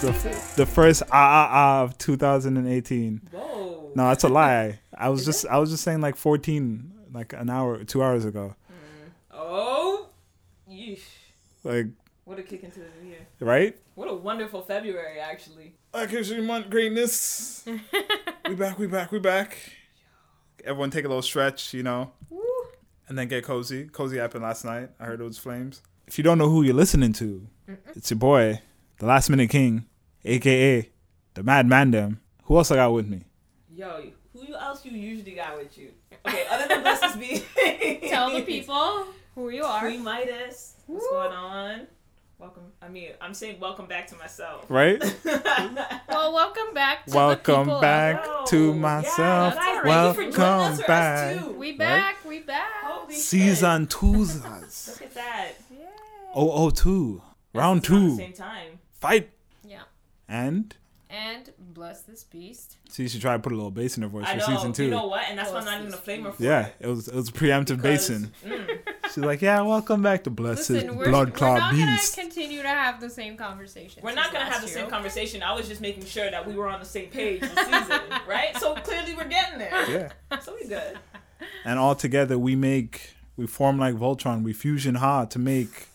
the first ah ah ah of 2018. Whoa. No, that's a lie. I was just I was just saying like 14 like an hour 2 hours ago. Oh. Yeesh. Like, What a kick into the new year. right? What a wonderful February, actually. Action month greatness. we back, we back, we back. Everyone take a little stretch, you know, Woo. and then get cozy. Cozy happened last night. I heard it was flames. If you don't know who you're listening to, it's your boy, the last minute king, aka the Mad Mandem. Who else I got with me? Yo, who else you usually got with you? Okay, other than Blessed Be. Tell the people who you are. Queen Midas. What's going on? Welcome. I mean, I'm saying welcome back to myself. Right? Well, welcome back. To the people Welcome of- back No. to Yeah, myself. that's all right. You forgot Welcome us or us back. too. We back. We back. Holy shit. Season two's Look at that. 002. Round It's not the two. Same time. Fight. Yeah. And And bless this beast. so you should try to put a little bass in her voice I for know. season two. You know what? And that's why I'm Bless not even a this flamer for Yeah, it. it was it was preemptive Because- basing. She's like, yeah, welcome back to Blessed Listen, we're, Blood we're Clot not gonna Beast. continue to have the same conversation. We're not gonna have the same conversation. I was just making sure that we were on the same page this season, right? So clearly we're getting there. yeah, So we good. and all together we make we form like Voltron. We fusion hard to make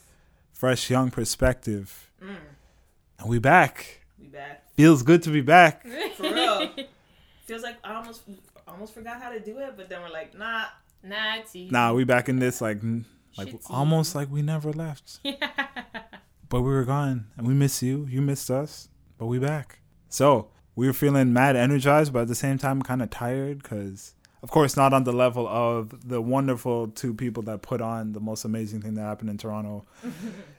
fresh young perspective, Mm. and we back. We back. Feels good to be back. For real. Feels like I almost almost forgot how to do it, but then we're like, nah. Nah, it's easy. Nah, we back in this like n- like Shit's almost like we never left, but we were gone, and we miss you. You missed us, but we back. So we were feeling mad energized, but at the same time kind of tired because. Of course, not on the level of the wonderful two people that put on the most amazing thing that happened in Toronto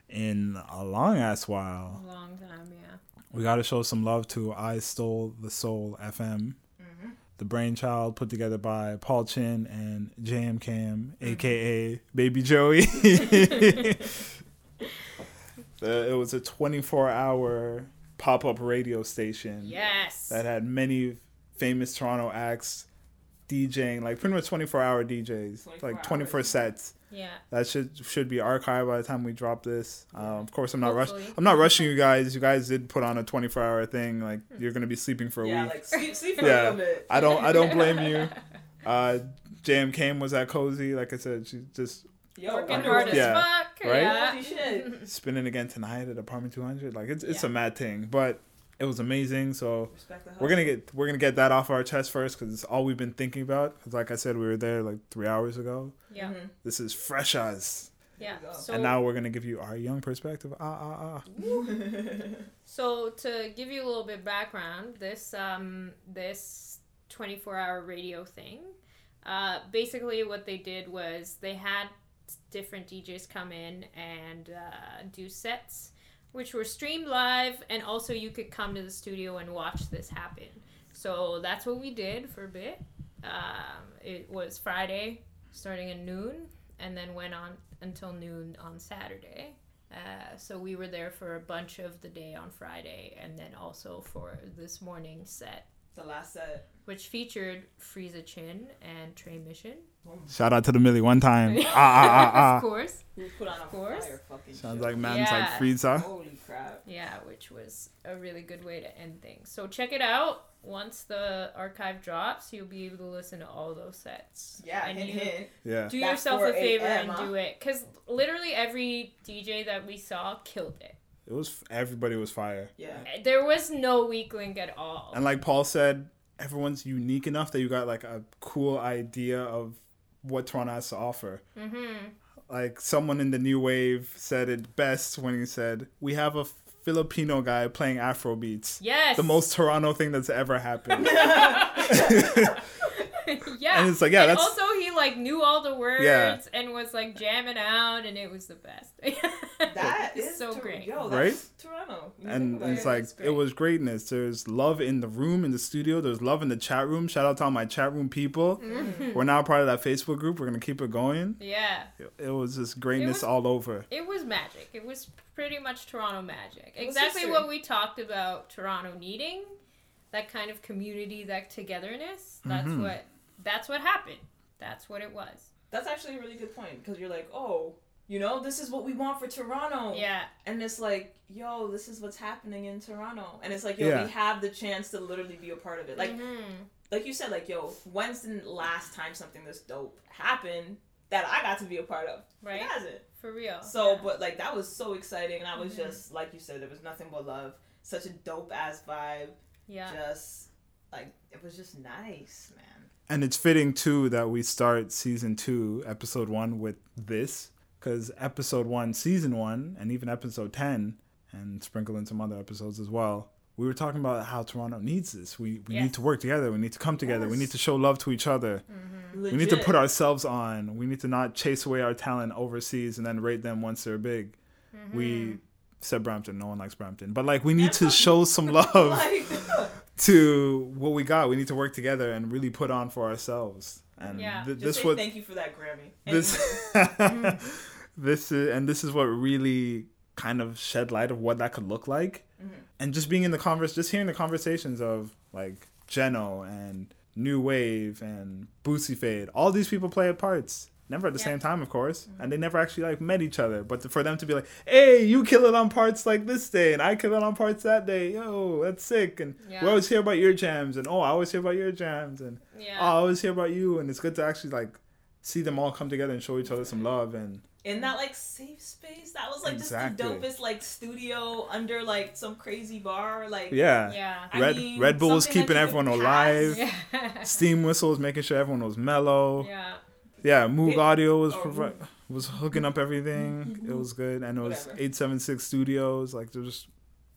in a long ass while. Long time, yeah. We got to show some love to I Stole the Soul FM, Mm-hmm. the brainchild put together by Paul Chin and JM Cam, Mm-hmm. aka Baby Joey. Uh, it was a 24 hour pop up radio station Yes. that had many famous Toronto acts DJing, like pretty much 24 hour DJs, 24 like 24 sets. yeah. That should should be archived by the time we drop this. Um, of course, I'm not rushing. Hopefully. I'm not rushing you guys. You guys did put on a 24 hour thing. Like you're gonna be sleeping for a Yeah, week. like sleep, sleep for a yeah, little bit. I don't. I don't blame you. Uh, Jam Cam was at cozy. Like I said, she's just Yo, Working wonder hard what- as Yeah. fuck. Right? Yeah. Holy shit. spinning again tonight at apartment 200. Like it's it's a Yeah. mad thing, but it was amazing. So Respect the we're gonna get we're gonna get that off our chest first because it's all we've been thinking about. 'Cause like I said, we were there like three hours ago. Yeah. This is fresh eyes, Yeah. There you go. So, and now we're gonna give you our young perspective. Ah ah ah. Mm-hmm. so to give you a little bit background, this um this 24-hour radio thing, uh, basically what they did was they had different DJs come in and uh, do sets, which were streamed live, and also you could come to the studio and watch this happen. So that's what we did for a bit. Um, it was Friday, starting at noon, and then went on until noon on Saturday. Uh, so we were there for a bunch of the day on Friday, and then also for this morning set, The last set. which featured Frieza Chin and Trey Mission. Shout out to the Millie one time. ah ah ah ah. of course. We put on a course. fire fucking Sounds show. like man's Yeah. like Frieza. Holy crap. Yeah, which was a really good way to end things. So check it out. Once the archive drops, you'll be able to listen to all those sets. Yeah, and hint, you hint. Yeah. do Back yourself 4 a favor a.m., and huh? do it, because literally every DJ that we saw killed it. It was everybody was fire. Yeah. There was no weak link at all. And like Paul said, everyone's unique enough that you got like a cool idea of what Toronto has to offer. Mm-hmm. Like someone in the new wave said it best when he said, "We have a Filipino guy playing Afro beats." yes, The most Toronto thing that's ever happened. yeah. and it's like, yeah, And that's- also he like knew all the words Yeah. and was like jamming out, and it was the best. That It's is so Tor- great. Yo, that's Right? Toronto. You think and about it's it. like It's it was greatness. There's love in the room, in the studio. There's love in the chat room. Shout out to all my chat room people. Mm. Mm-hmm. We're now part of that Facebook group. We're gonna keep it going. yeah, It, it was just greatness was- all over. it was magic. It was pretty much Toronto magic. was Exactly history. what we talked about Toronto needing, that kind of community, that togetherness. That's Mm-hmm. what that's what happened. That's what it was. That's actually a really good point because you're like, oh, You know, this is what we want for Toronto. Yeah. And it's like, yo, this is what's happening in Toronto. And it's like, yo, Yeah. we have the chance to literally be a part of it. Like, Mhm. like you said, like, yo, when's the last time something this dope happened that I got to be a part of? Right. It hasn't. For real. So, Yeah. but like that was so exciting, and I was Mhm. just like you said, there was nothing but love. Such a dope ass vibe. yeah. Just like it was just nice, man. And it's fitting too that we start season two, episode one, with this, because episode one, season one, and even episode ten, and sprinkle in some other episodes as well. We were talking about how Toronto needs this. We we need Yes. to work together. We need to come together. We Yes. need to show love to each other. Mm-hmm. Legit. We need to put ourselves on. We need to not chase away our talent overseas and then rate them once they're big. We said Brampton. No one likes Brampton, but like we need to show some love like to what we got. We need to work together and really put on for ourselves. And Yeah, th- just this say what thank you for that Grammy. And this this is and this is what really kind of shed light of what that could look like. Mm-hmm. And just being in the converse, just hearing the conversations of like Geno and New Wave and Boosie Fade, all these people play at parts. Never at the Yeah. Mm-hmm. same time, of course, and they never actually like met each other. But for them to be like, "Hey, you kill it on parts like this day, and I kill it on parts that day. Yo, that's sick!" And Yeah. we always hear about your jams, and oh, I always hear about your jams, and Yeah. oh, I always hear about you, and it's good to actually like see them all come together and show each other some love. And in that like safe space, that was like Exactly. just the dopest like studio under like some crazy bar. Like yeah, yeah. I Red mean, Red Bull was something that keeping you everyone could pass. alive. Yeah. Steam whistles, making sure everyone was mellow. Yeah, yeah. Moog It- Audio was oh, Mm-hmm. provi- was hooking up everything. It was good, and it was Whatever. eight seven six studios. Like there's just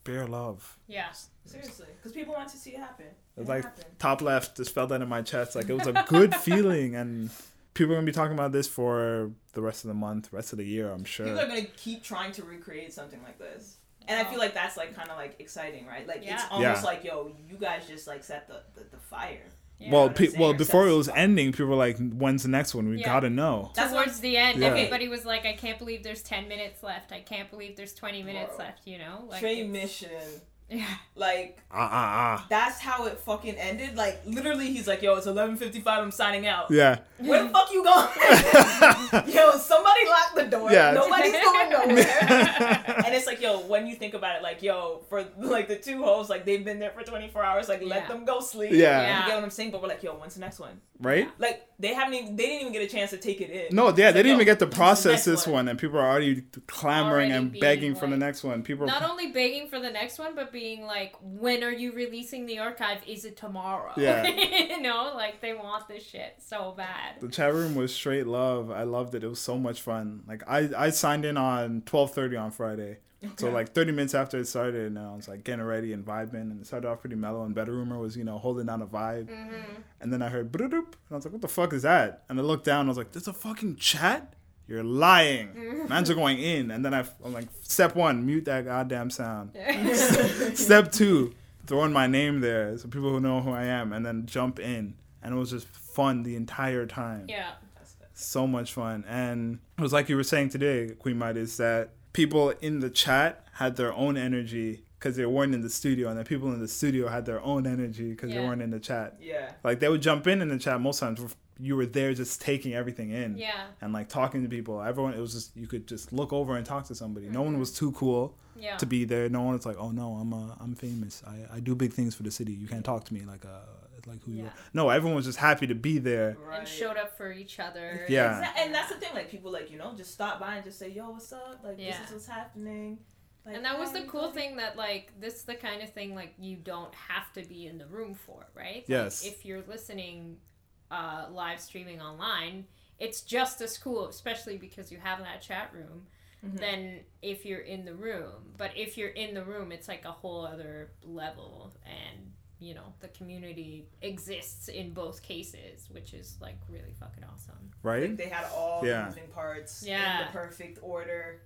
bare love. Yeah. seriously, because people want to see it happen. It It was like happened. top left just fell down in my chest. Like it was a good feeling, and people are gonna be talking about this for the rest of the month, rest of the year. I'm sure. People are gonna keep trying to recreate something like this. And I Oh. feel like that's like kind of like exciting, right? Like it's Yeah. almost Yeah. like, yo, you guys just like set the, the, the fire. Yeah. well, I'm pe- saying well, it before it sets- was ending, people were like, "When's the next one? We Yeah. gotta know." That's what Towards the end, Yeah. everybody was like, I can't believe there's 10 minutes left. I can't believe there's 20 minutes Bro. left, you know? Like, Trey it's- Mission. Yeah. Like Ah ah ah. that's how it fucking ended. Like literally, he's like, yo, it's eleven fifty five. I'm signing out. Yeah. Where the fuck you going? yo, somebody locked the door. Yeah. Nobody's going nowhere. and it's like, yo, when you think about it, like, yo, for like the two hoes, like they've been there for twenty four hours. Like, let Yeah. them go sleep. Yeah. You get what I'm saying? But we're like, yo, when's the next one? right. Like they haven't even they didn't even get a chance to take it in. No, yeah, It's they like, didn't even yo, get to when's the process next this one, and people are already clamoring Already and being begging for the like- next one. People Not are only begging for the next one, but being like, when are you releasing the archive? Is it tomorrow? Yeah. you know, like they want this shit so bad. The chat room was straight love. I loved it. It was so much fun. Like I, I signed in on twelve thirty on Friday, so Okay. like thirty minutes after it started, and I was like getting ready and vibing, and it started off pretty mellow. And Better Rumor was you know holding down a vibe, and then I heard "Broop," and I was like, what the fuck is that? And I looked down, I was like, there's a fucking chat. You're lying. Mans are going in, and then I, I'm like, step one, mute that goddamn sound. Step two, throwing my name there so people who know who I am, and then jump in. And it was just fun the entire time yeah. so much fun. And it was like you were saying today, Queen Might, is that people in the chat had their own energy because they weren't in the studio, and the people in the studio had their own energy because they Yeah. weren't in the chat. Yeah. Like they would jump in in the chat most times. if You were there just taking everything in. Yeah. And like talking to people, everyone, it was just, you could just look over and talk to somebody. No one was too cool Mm-hmm. Yeah. to be there. No one was like, oh no, I'm uh, I'm famous. I, I do big things for the city. You can't talk to me like uh like who you Yeah. are. No, everyone was just happy to be there. Right. And showed up for each other. Yeah. Exa- And that's the thing, like people like, you know, just stop by and just say, Yo, what's up? Like Yeah. this is what's happening. Like, And that was the hi, cool buddy. thing that like this is the kind of thing like you don't have to be in the room for, right? Like, Yes. if you're listening uh, live streaming online, it's just as cool, especially because you have that chat room. Mm-hmm. Than if you're in the room, but if you're in the room, it's like a whole other level, and you know the community exists in both cases, which is like really fucking awesome. Right? Like, they had all Yeah. the moving parts in Yeah. the perfect order.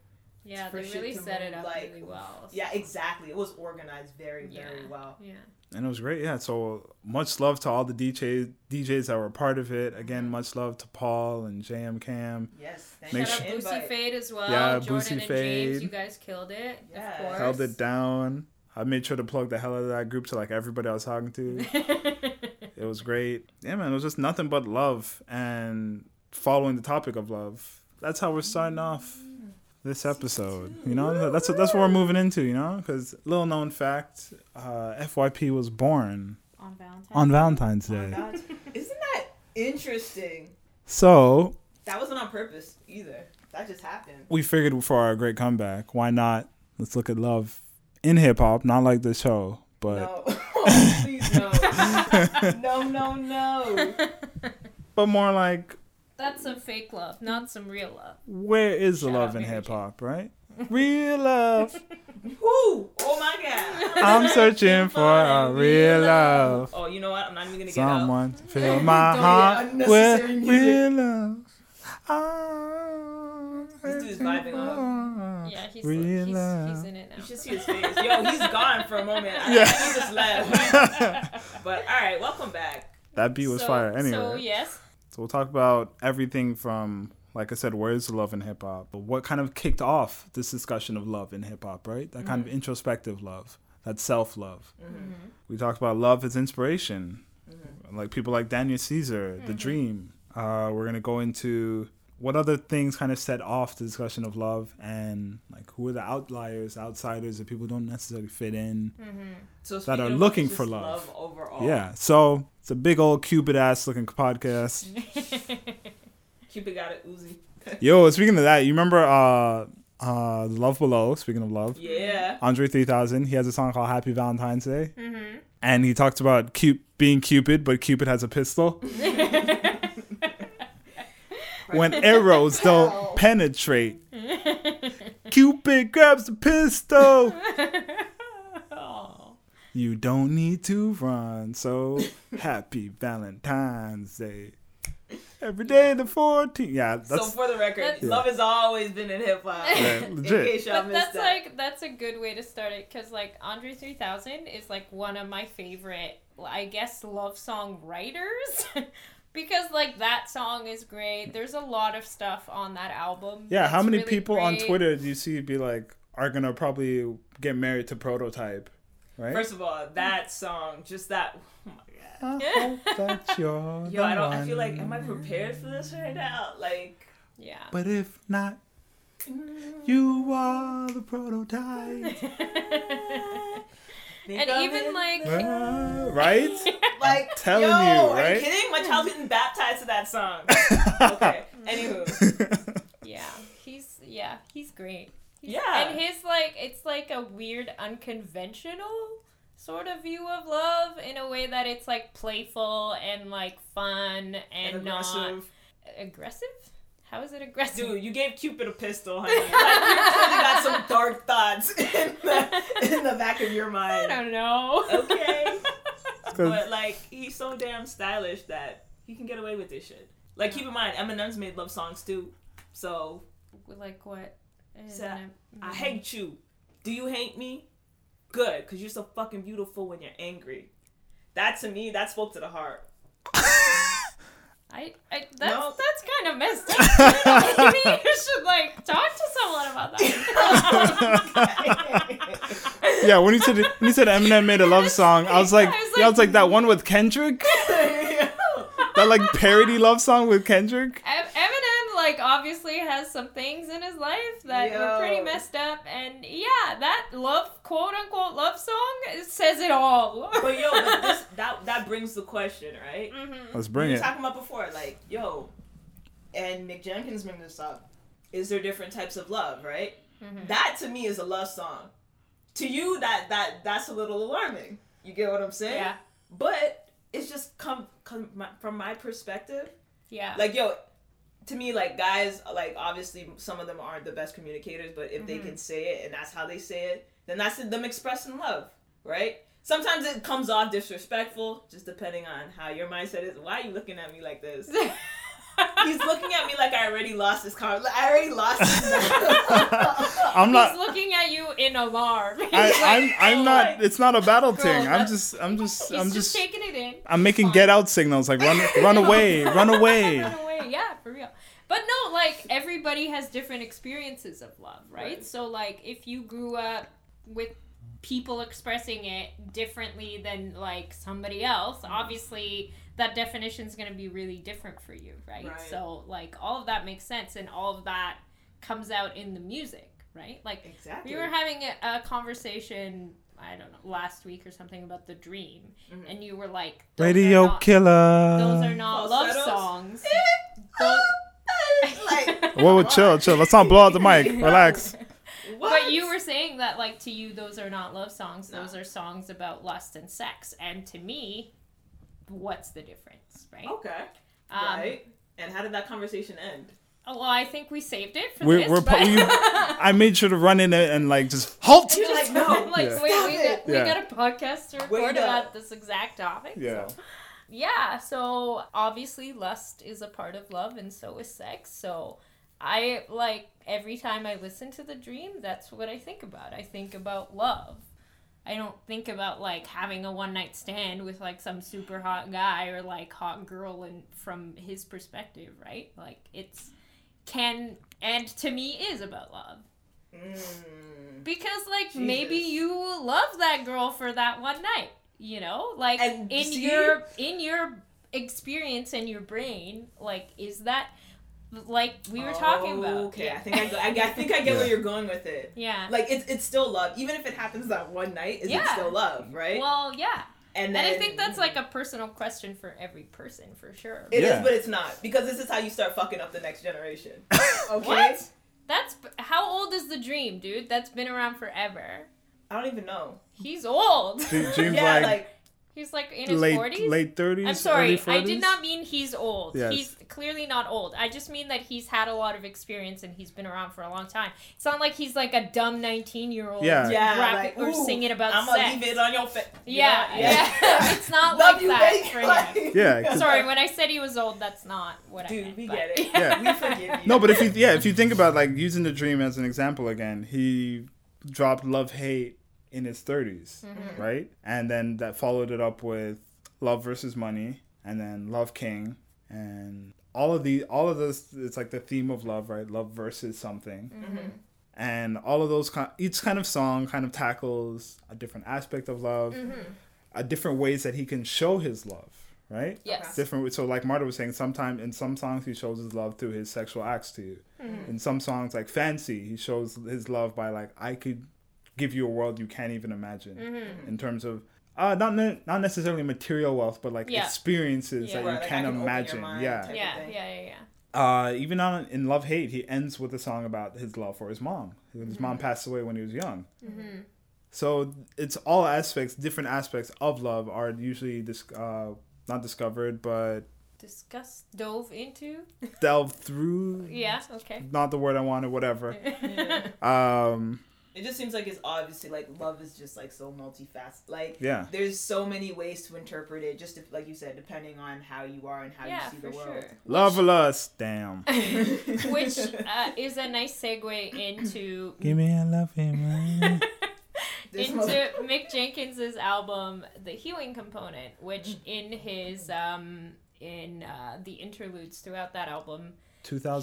Yeah, For they shit really to set move, it up like, really well. Yeah, exactly. It was organized very, very Yeah. well. Yeah. and it was great. Yeah. So much love to all the DJs, DJs that were part of it. Mm-hmm. Again, much love to Paul and JM Cam. Yes, thank Make you. Shout sure- out Boosie Invite. Fade as well. Yeah, Jordan Boosie and Fade. James, you guys killed it. Yeah. Of course. Held it down. I made sure to plug the hell out of that group to like everybody I was talking to. it was great. Yeah, man. It was just Mm-hmm. nothing but love and following the topic of love. That's how we're starting off. this episode. You know, that's that's what we're moving into. You know, because little known fact, uh, FYP was born on Valentine's. on Valentine's Day. God, Isn't that interesting? So That wasn't on purpose either. That just happened. we figured for our great comeback, why not? Let's look at love in hip hop, not like this show, but No. Oh, Please no. no, no, no. but more like That's some fake love, not some real love. where is the Shout love out in Mary hip J. hop, right? Real love. Who? Oh my god. I'm searching for a real love. Oh, you know what? I'm not even gonna get out. Someone fill my Don't get heart with unnecessary music. real love. Ah, This dude's vibing off. Yeah, he's, he's, Oh. real he's, love. in it now. You should see his face. Yo, he's gone for a moment. I Yeah. he just left. but all right, welcome back. that beat was so, fire. Anyway, So yes, So we'll talk about everything from, like I said, where's the love in hip hop? What kind of kicked off this discussion of love in hip hop, right? That kind of introspective love, that self love. We talked about love as inspiration, like people like Daniel Caesar, The Dream. Uh, we're gonna go into what other things kind of set off the discussion of love, and like who are the outliers, outsiders, that people who don't necessarily fit in. So That are speaking of looking just for love. overall. Yeah. So it's a big old Cupid ass looking podcast. Cupid got it, Uzi. Yo, speaking of that, you remember uh uh Love Below, speaking of love. Yeah. Andre 3000, he has a song called Happy Valentine's Day. And he talks about Cup being Cupid, but Cupid has a pistol. when arrows Ow. don't penetrate, Cupid grabs the pistol. oh, You don't need to run. So happy Valentine's Day. Every day the 14th. Yeah, that's so for the record, That's- love has always been in hip hop. Yeah, in legit. case y'all but missed that's that. like that's a good way to start it because like Andre three thousand is like one of my favorite, I guess, love song writers. Because like that song is great. There's a lot of stuff on that album. Yeah, how that's many really people on great. Twitter do you see be like are gonna probably get married to Prototype, right? First of all, that song, just that. Oh my god. I hope that you're Yo, the I don't. I feel one. like, am I prepared for this right now? Like, Yeah. But if not, you are the prototype, think and of even it. like Uh, right? like, telling yo, you, Are right? you kidding? My child's getting baptized to that song. Okay. Anywho, Yeah, he's yeah, he's great. He's, Yeah. and his like it's like a weird unconventional sort of view of love in a way that it's like playful and like fun and, and not aggressive. aggressive. How is it aggressive? Dude, you gave Cupid a pistol, honey. Like, you clearly got some dark thoughts in the, in the back of your I mind. don't know. Okay. Because But like he's so damn stylish that he can get away with this shit. Like keep in mind, Eminem's made love songs too. So like what? Is So, it- I hate you. Do you hate me? Good, cause you're so fucking beautiful when you're angry. That to me, that spoke to the heart. I, I that's No. that's kind of messed up. Maybe you should like talk to someone about that. yeah, when you said when you said Eminem made a love song, I was like, I was yeah, I was like- like that one with Kendrick, that like parody love song with Kendrick. Em- Eminem, like, obviously has some things in his life that Yo. were pretty messed up, and yeah, that love, quote unquote, love song it says it all. But yo, but this that that brings the question, right? Mm-hmm. Let's bring we were it. talking about before, like, yo, and Mick Jenkins bring this up. Is there different types of love, right? That to me is a love song. To you, that that that's a little alarming. You get what I'm saying? Yeah. But it's just come come my, from my perspective. yeah, Like, yo, to me, like guys, like obviously some of them aren't the best communicators, but if Mm-hmm. they can say it and that's how they say it, then that's them expressing love, right? Sometimes it comes off disrespectful, just depending on how your mindset is. Why are you looking at me like this? He's looking at me like I already lost this car. Like, I already lost this. battle. I'm not. He's looking at you in alarm. He's like, I, I'm. I'm not. It's not a battle thing. I'm that- just. I'm just. He's I'm just, just. taking it in. I'm making get out signals like run, run away, run away. Run away, yeah, for real. But no, like everybody has different experiences of love, right? Right. So like if you grew up with people expressing it differently than like somebody else, obviously that definition is going to be really different for you, right? Right. So like all of that makes sense and all of that comes out in the music, right? Like Exactly. we were having a, a conversation, I don't know, last week or something about the dream, Mhm. and you were like, "Those are Radio not- killer. Those are not love Falsettos? songs. Oh, Those- like Whoa, chill, chill. Let's not blow out the mic. Relax. what? But you were saying that, like, to you, those are not love songs. Those are songs about lust and sex. And to me, what's the difference, right? okay, Um, Oh, right? And how did that conversation end? oh, Well, I think we saved it for We're- this. we're but- pro- you- I made sure to run in there and like just halt. You're like, no. I'm like, Yeah. wait, Stop we, it. got, we Yeah. got a podcast to Wait record up. about this exact topic. Yeah. So. Yeah, so obviously lust is a part of love and so is sex. So I like every time I listen to the dream, that's what I think about. I think about love. I don't think about like having a one night stand with like some super hot guy or like hot girl and from his perspective, right? Like it's can and to me is about love. Mm. Because like maybe Jesus. you love that girl for that one night, you know? Like And in see? your in your experience in your brain, like is that like we were talking about? Okay, yeah. I think I, go, I, I think I get where Yeah. you're going with it. yeah. Like it's it's still love, even if it happens that one night. Is it Yeah. still love, right? Well, yeah. and And then I think that's like a personal question for every person for sure. It is, Yeah. but it's not because this is how you start fucking up the next generation. Okay, What? That's how old is the dream, dude? That's been around forever. I don't even know. He's old. Dream- dream- Seems yeah, like- like, He's like in his Late 40s. late thirties. I'm sorry, I did not mean he's old. Yes. He's clearly not old. I just mean that he's had a lot of experience and he's been around for a long time. It's not like he's like a dumb 19 year old Yeah. yeah, like, rapping or ooh, singing about I'm sex. gonna leave it on your face. yeah, yeah. it's not Love like you, that baby. for Like- him. Yeah, 'cause- Sorry, when I said he was old, that's not what I dude, meant. we but- get it. Yeah. we forgive you. No, but if you yeah, if you think about like using the dream as an example again, he dropped love hate in his 30s right? And then that followed it up with love versus money, and then love king, and all of the all of this. It's like the theme of love, right? Love versus something. Mm. Mm-hmm. And all of those, ki- each kind of song kind of tackles a different aspect of love, a different ways that he can show his love, right? Yes. different so like marta was saying sometimes in some songs he shows his love through his sexual acts to you in some songs like fancy he shows his love by like i could give you a world you can't even imagine in terms of uh not ne- not necessarily material wealth but like Yeah. experiences Yeah. that Right, you like, I can't can open your imagine mind yeah type Yeah, yeah, Everything. yeah, yeah. uh even on in love hate he ends with a song about his love for his mom his mom passed away when he was young Mm-hmm. Mm-hmm. so it's all aspects different aspects of love are usually dis- uh not discovered but Discuss, dove into. delve through. Yeah, okay. Not the word I wanted, whatever. Um, It just seems like it's obviously like love is just like so multifaceted. Like Yeah. there's so many ways to interpret it. Just if, like you said, depending on how you are and how yeah, you see for the world. sure. love or lust, damn. Which uh, is a nice segue into Give me a love man. This into one- Mick Jenkins's album, The Healing Component, Mm. which in his um in uh, the interludes throughout that album,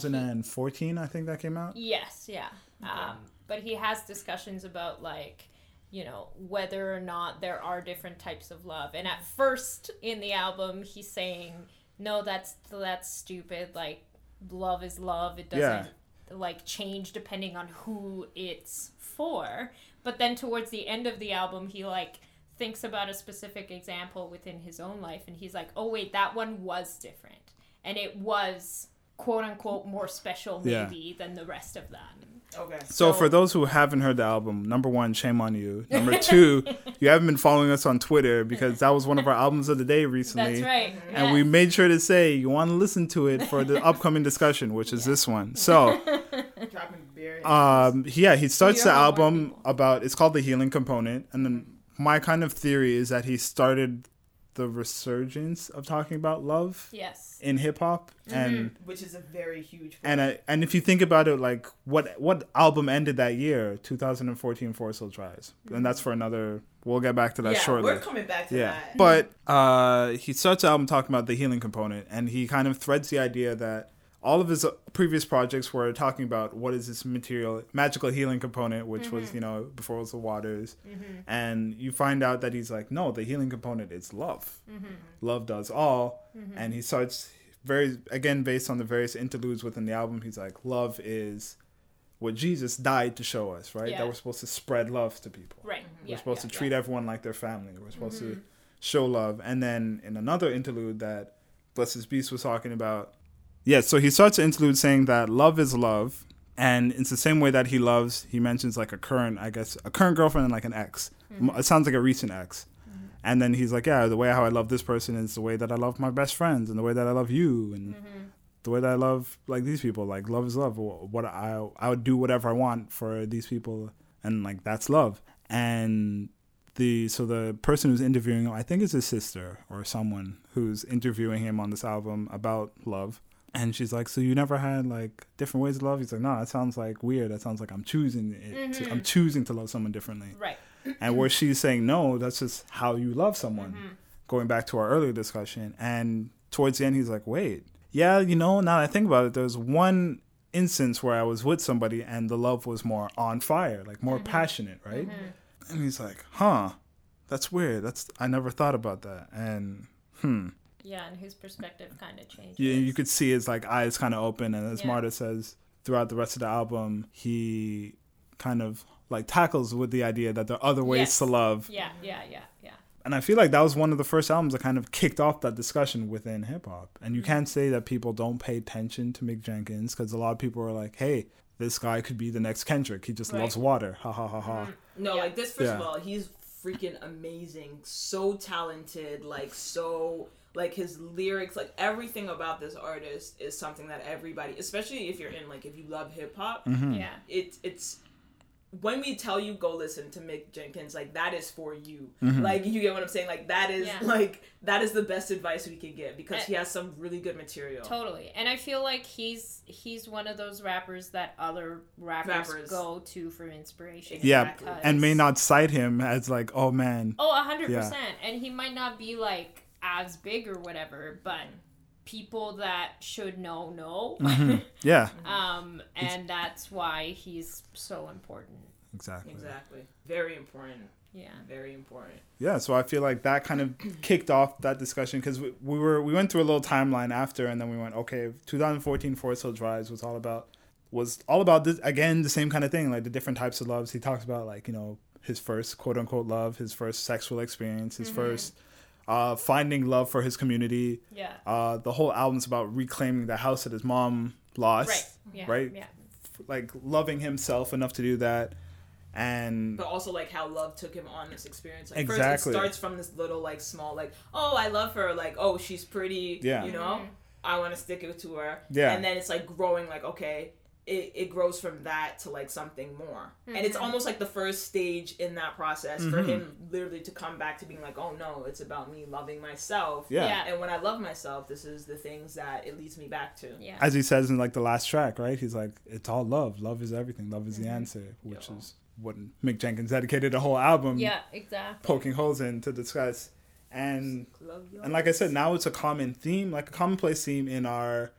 2014, I think that came out. yes, yeah. Um, but he has discussions about like you know whether or not there are different types of love. And at first in the album, he's saying, "No, that's that's stupid. Like love is love. It doesn't." Yeah. like change depending on who it's for. But then towards the end of the album, he like thinks about a specific example within his own life and he's like, "Oh wait, that one was different." And it was quote unquote more special Yeah. maybe than the rest of them. okay. So, for those who haven't heard the album, number one, shame on you. Number two, you haven't been following us on Twitter because that was one of our albums of the day recently. That's right. And we made sure to say you want to listen to it for the upcoming discussion, which is this one. So, dropping beer. um yeah he starts you're the one of our album people. about it's called the healing component and then my kind of theory is that he started the resurgence of talking about love Yes. in hip-hop and which is a very huge. and I, and if you think about it like what what album ended that year 2014 four soul tries and that's for another we'll get back to that yeah, shortly we're coming back to yeah. that. But uh, he starts the album talking about the healing component, and he kind of threads the idea that all of his uh, previous projects were talking about what is this material, magical healing component, which was, you know, before it was the waters. And you find out that he's like, no, the healing component is love. Love does all. And he starts very, again, based on the various interludes within the album, he's like, love is what Jesus died to show us, right? Yeah. That we're supposed to spread love to people. Right. We're Yeah, supposed yeah, Mm-hmm. to treat everyone like their family. We're supposed to show love. And then in another interlude that Blessed Beast was talking about, yeah, so he starts the interlude saying that love is love. And it's the same way that he loves, he mentions like a current, I guess, a current girlfriend and like an ex. M Mm-hmm. It sounds like a recent ex. And then he's like, yeah, the way how I love this person is the way that I love my best friends and the way that I love you and the way that I love like these people. Like love is love. Wh- What I I would do whatever I want for these people, and like that's love. And the so the person who's interviewing him, I think it's his sister or someone who's interviewing him on this album about love. And she's like, so you never had like different ways of love? He's like, no, that sounds like weird. That sounds like I'm choosing it. To, I'm choosing to love someone differently Right. and where she's saying no that's just how you love someone Mm-hmm. going back to our earlier discussion and towards the end he's like wait yeah you know now that i think about it there's one instance where i was with somebody and the love was more on fire like Mm-hmm. more passionate right and he's like huh that's weird that's i never thought about that and hmm Yeah, and his perspective kind of changes. you, you could see his like eyes kind of open and as Yeah. marta says throughout the rest of the album he kind of like tackles with the idea that there are other ways Yes. to love Yeah, yeah, yeah, yeah. and I feel like that was one of the first albums that kind of kicked off that discussion within hip hop. And you can't say that people don't pay attention to Mick Jenkins because a lot of people are like, "Hey, this guy could be the next Kendrick. He just Right. loves water." Ha ha ha ha. No, Yeah. like this. First of Yeah. all, he's freaking amazing. So talented. Like so. Like his lyrics. Like everything about this artist is something that everybody, especially if you're in like if you love hip hop, Mm-hmm. Yeah. it it's when we tell you go listen to Mick Jenkins, like that is for you. Like you get what I'm saying? Like that is Yeah. like that is the best advice we can get because Uh, he has some really good material. Totally. And I feel like he's he's one of those rappers that other rappers, Rappers. go to for inspiration. Yeah, Exactly. and may because- not cite him as like, "Oh man." Oh, a hundred percent. And he might not be like as big or whatever, but people that should know know. Mm-hmm. Yeah, um, and that's why he's so important. exactly. Exactly. Very important. Yeah. Very important. Yeah, so I feel like that kind of kicked off that discussion because we, we were we went through a little timeline after, and then we went okay. 2014 Forest Hill Drives was all about was all about this again the same kind of thing like the different types of loves. He talks about like you know his first quote unquote love, his first sexual experience, his first uh, finding love for his community. Yeah. Uh, the whole album's about reclaiming the house that his mom lost, Right. Yeah. right? Yeah. Like loving himself enough to do that, and But also like how love took him on this experience. Like first Exactly. it starts from this little like small like, oh I love her, like, oh she's pretty. Yeah. You know? I wanna stick it to her. Yeah. And then it's like growing like, okay, it, it grows from that to like something more. And it's almost like the first stage in that process Mm-hmm. for him literally to come back to being like, Oh no, it's about me loving myself. yeah. Yeah. And when I love myself, this is the things that it leads me back to. Yeah. as he says in like the last track, right? He's like, "It's all love. Love is everything. Love is the answer," which Yeah. is what Mick Jenkins dedicated a whole album yeah. Exactly. poking holes in to discuss. And Love your and like I said, now it's a common theme, like a commonplace theme in our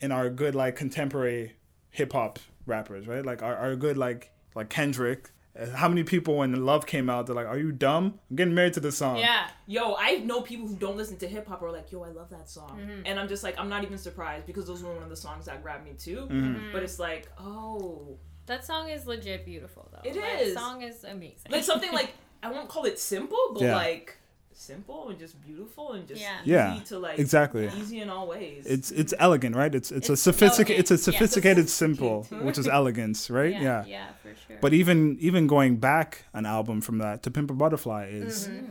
in our good like contemporary hip hop rappers, right? Like our, our good like like Kendrick. Uh, How many people when Love came out, they're like, "Are you dumb? I'm getting married to this song." Yeah. Yo, I know people who don't listen to hip hop are like, yo, I love that song. Mm-hmm. And I'm just like, I'm not even surprised because those were one of the songs that grabbed me too. Mm-hmm. Mm-hmm. But it's like, oh. That song is legit beautiful though. It that is. song is amazing. Like something like, I won't call it simple, but Yeah. like simple and just beautiful and just Yeah. easy Yeah, to like, exactly. easy in all ways. It's it's elegant, right? It's it's, a It's sophisticated elegant, it's a yeah. sophisticated simple, which is elegance, right? yeah, yeah. For sure. But even even going back an album from that to Pimp a Butterfly is Mm-hmm.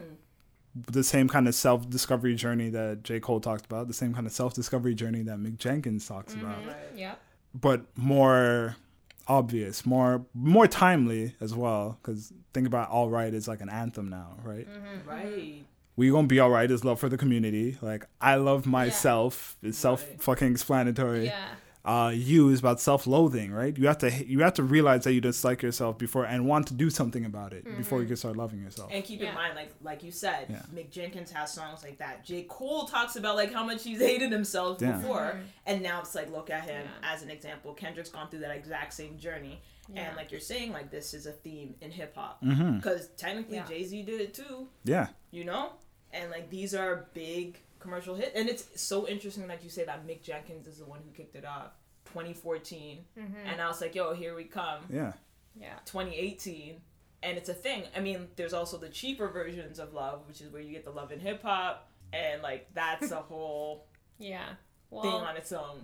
the same kind of self discovery journey that J Cole talked about, the same kind of self discovery journey that Mick Jenkins talks about, yeah. but more obvious, more more timely as well. Because think about All Right is like an anthem now, right? Mm-hmm. right. We gonna be all right is love for the community. Like I love myself is self fucking explanatory Yeah. uh, you is about self-loathing, right? You have to you have to realize that you dislike yourself before and want to do something about it Mm-hmm. before you can start loving yourself. And keep Yeah. in mind, like like you said, Yeah. Mick Jenkins has songs like that. J. Cole talks about like how much he's hated himself Yeah. before, Mm-hmm. and now it's like look at him as an example. Kendrick's gone through that exact same journey, Yeah. and like you're saying, like this is a theme in hip hop Mhm. because technically Yeah. Jay Z did it too, Yeah, you know, and like these are big commercial hits, and it's so interesting that you say that Mick Jenkins is the one who kicked it off. 2014, hmm and I was like, yo, here we come. Yeah. Yeah. 2018 and it's a thing i mean there's also the cheaper versions of love which is where you get the love and hip hop and like that's a whole Yeah. thing Well, on its own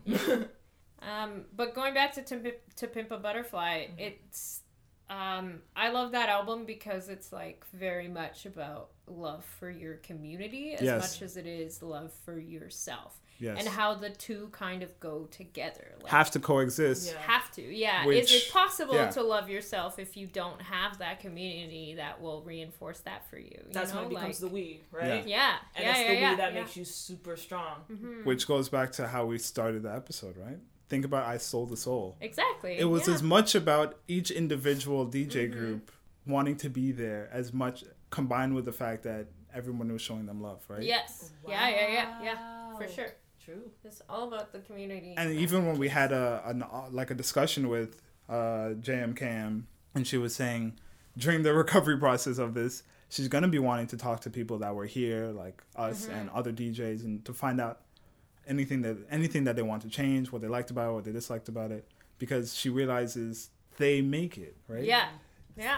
um, but going back to Tim, to Pimp a Butterfly, it's um, I love that album because it's like very much about love for your community as Yes. much as it is love for yourself, Yes. and how the two kind of go together. Like, have to coexist. Yeah. have to yeah Which- is it possible yeah. to love yourself if you don't have that community that will reinforce that for you, you that's know? when it becomes like, the we right the yeah and yeah it's yeah, the yeah, we that yeah. Mm-hmm. makes you super strong Which goes back to how we started the episode, right? Think about I sold the soul. exactly It was yeah. Mm-hmm. as much about each individual DJ group wanting to be there as much combined with the fact that everyone was showing them love, right? yes yeah yeah yeah yeah for Wow. sure true it's all about the community And even when we had a an, like a discussion with uh, JM Cam, and she was saying during the recovery process of this, she's gonna be wanting to talk to people that were here, like us and other DJs, and to find out anything that anything that they want to change, what they liked about it, what they disliked about it, because she realizes they make it right. yeah yeah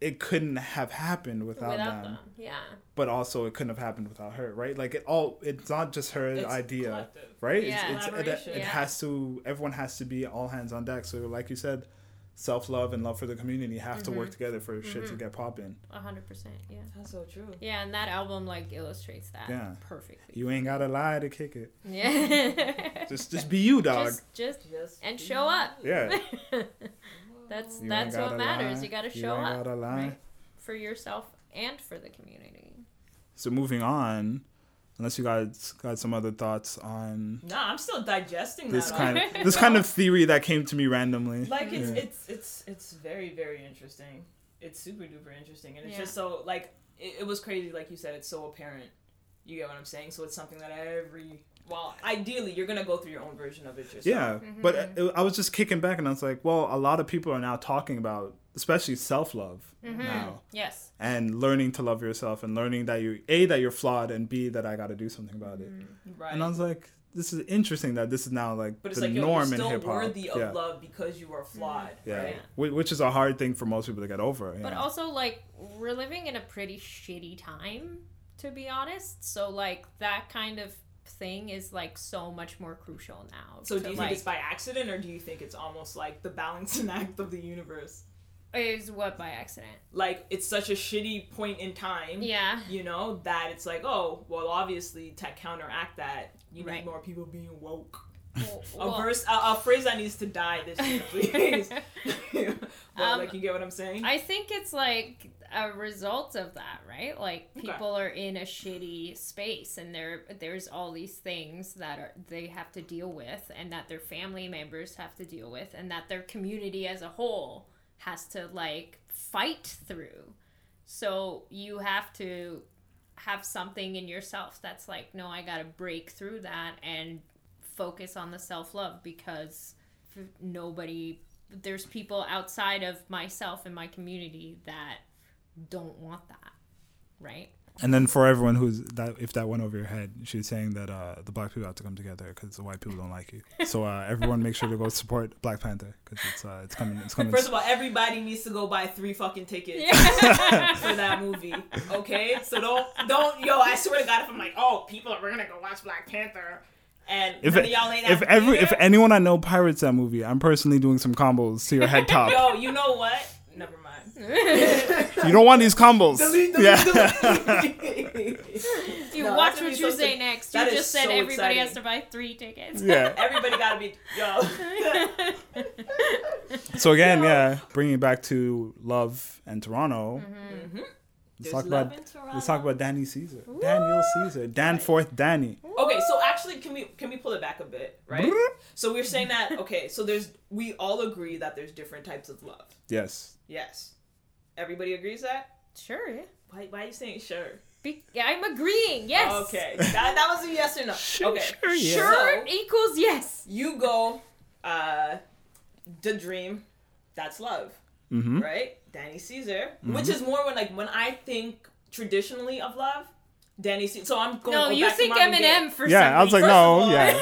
it couldn't have happened without, without them, them yeah but also it couldn't have happened without her, right? Like it all, it's not just her It's idea collective. right? Yeah. It's, it's, it, Collaboration. it Yeah. has to. Everyone has to be all hands on deck. So, like you said, self love and love for the community have to Mm-hmm. work together for shit to get popping. 100 percent yeah that's so true yeah and that album like illustrates that Yeah. perfectly You ain't gotta lie to kick it. yeah Just, just be you, dog. just just just and be- show up yeah, that's You ain't that's gotta what matters lie. you gotta show you ain't up Gotta lie. right? for yourself and for the community. So moving on, unless you guys got some other thoughts on nah i'm still digesting this that kind all. of this kind of theory that came to me randomly. like it's Yeah. it's it's it's very very interesting it's super duper interesting and it's Yeah. just so like it, it was crazy like you said it's so apparent you get what i'm saying so it's something that every well ideally you're gonna go through your own version of it yourself Yeah, Mm-hmm. but uh, I- I was just kicking back and I was like, well, a lot of people are now talking about, especially self love Mm-hmm. now. Yes. and learning to love yourself and learning that you a that you're flawed and b that I got to do something about it. right And I was like, this is interesting that this is now like but it's the like yo, norm you're in still hip hop. worthy of Yeah, love because you are flawed Mm-hmm. yeah, right Wh- which is a hard thing for most people to get over. Yeah. But also, like, we're living in a pretty shitty time, to be honest. So, like, that kind of thing is, like, so much more crucial now. so to, do you like, think it's by accident or do you think it's almost like the balancing act of the universe is what by accident? like it's such a shitty point in time Yeah. you know that it's like oh well obviously to counteract that you Right. need more people being woke Well, a well, verse a, a phrase that needs to die this year please but Um, like you get what i'm saying I think it's like a result of that, right? Like Okay. people are in a shitty space and there there's all these things that are they have to deal with and that their family members have to deal with and that their community as a whole has to like fight through. So you have to have something in yourself that's like, no, I got to break through that and focus on the self love because f- nobody, there's people outside of myself and my community that don't want that, right? and then for everyone who's that, if that went over your head, she was saying that uh, the black people have to come together because the white people don't like you. So uh, everyone, make sure to go support Black Panther because it's uh, it's coming. It's coming. first of all everybody needs to go buy three fucking tickets for that movie okay so don't don't yo i swear to god if i'm like oh people we're gonna go watch black panther and if, none of y'all ain't at if the every if theater, anyone I know pirates that movie, I'm personally doing some combos to your head top. yo you know what never mind You don't want these combos. yeah. You No, that's gonna watch what be you so say sick. next. That you is just said so everybody exciting. has to buy three tickets. yeah. everybody gotta be yo So again, yeah, bringing it back to love and Toronto. Let's Mm-hmm. There's talk love about in Toronto. let's talk about Danny Caesar, Daniel Caesar, Danforth Danny. Okay, so actually, can we can we pull it back a bit, right? so we're saying that okay, so there's we all agree that there's different types of love. Yes, Yes, everybody agrees that. Sure. yeah. Why, why are you saying sure? Be- I'm agreeing. Yes. Okay, that, that was a yes or no. okay, sure, yeah. Sure So equals yes. you go, uh, the dream, that's love, Mhm. right? Danny Caesar, which is more when like when I think traditionally of love, Danny. Caesar. So I'm going. No, go you back to think Marvin Gaye. Eminem for yeah. I was some like, First no, of all- yeah,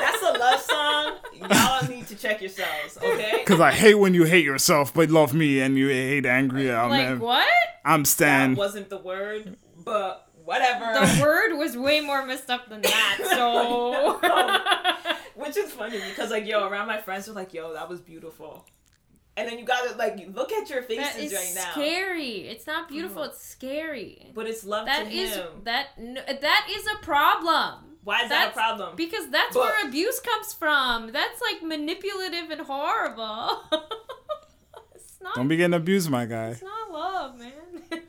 That's a love song. Y'all need check yourselves, okay? Because I hate when you hate yourself but love me and you hate angry. I'm, like what? I'm Stan. That wasn't the word, but whatever. The word was way more messed up than that. So Which is funny because like yo, around my friends were like, yo, that was beautiful. And then you gotta like you look at your faces that is right now. scary. It's not beautiful. It's scary. Oh. But it's love That to is him. that no, that is a problem. Why is that a that's- problem? Because that's But- where abuse comes from. That's like manipulative and horrible. it's not. Don't be getting abused, my guy. It's not love, man.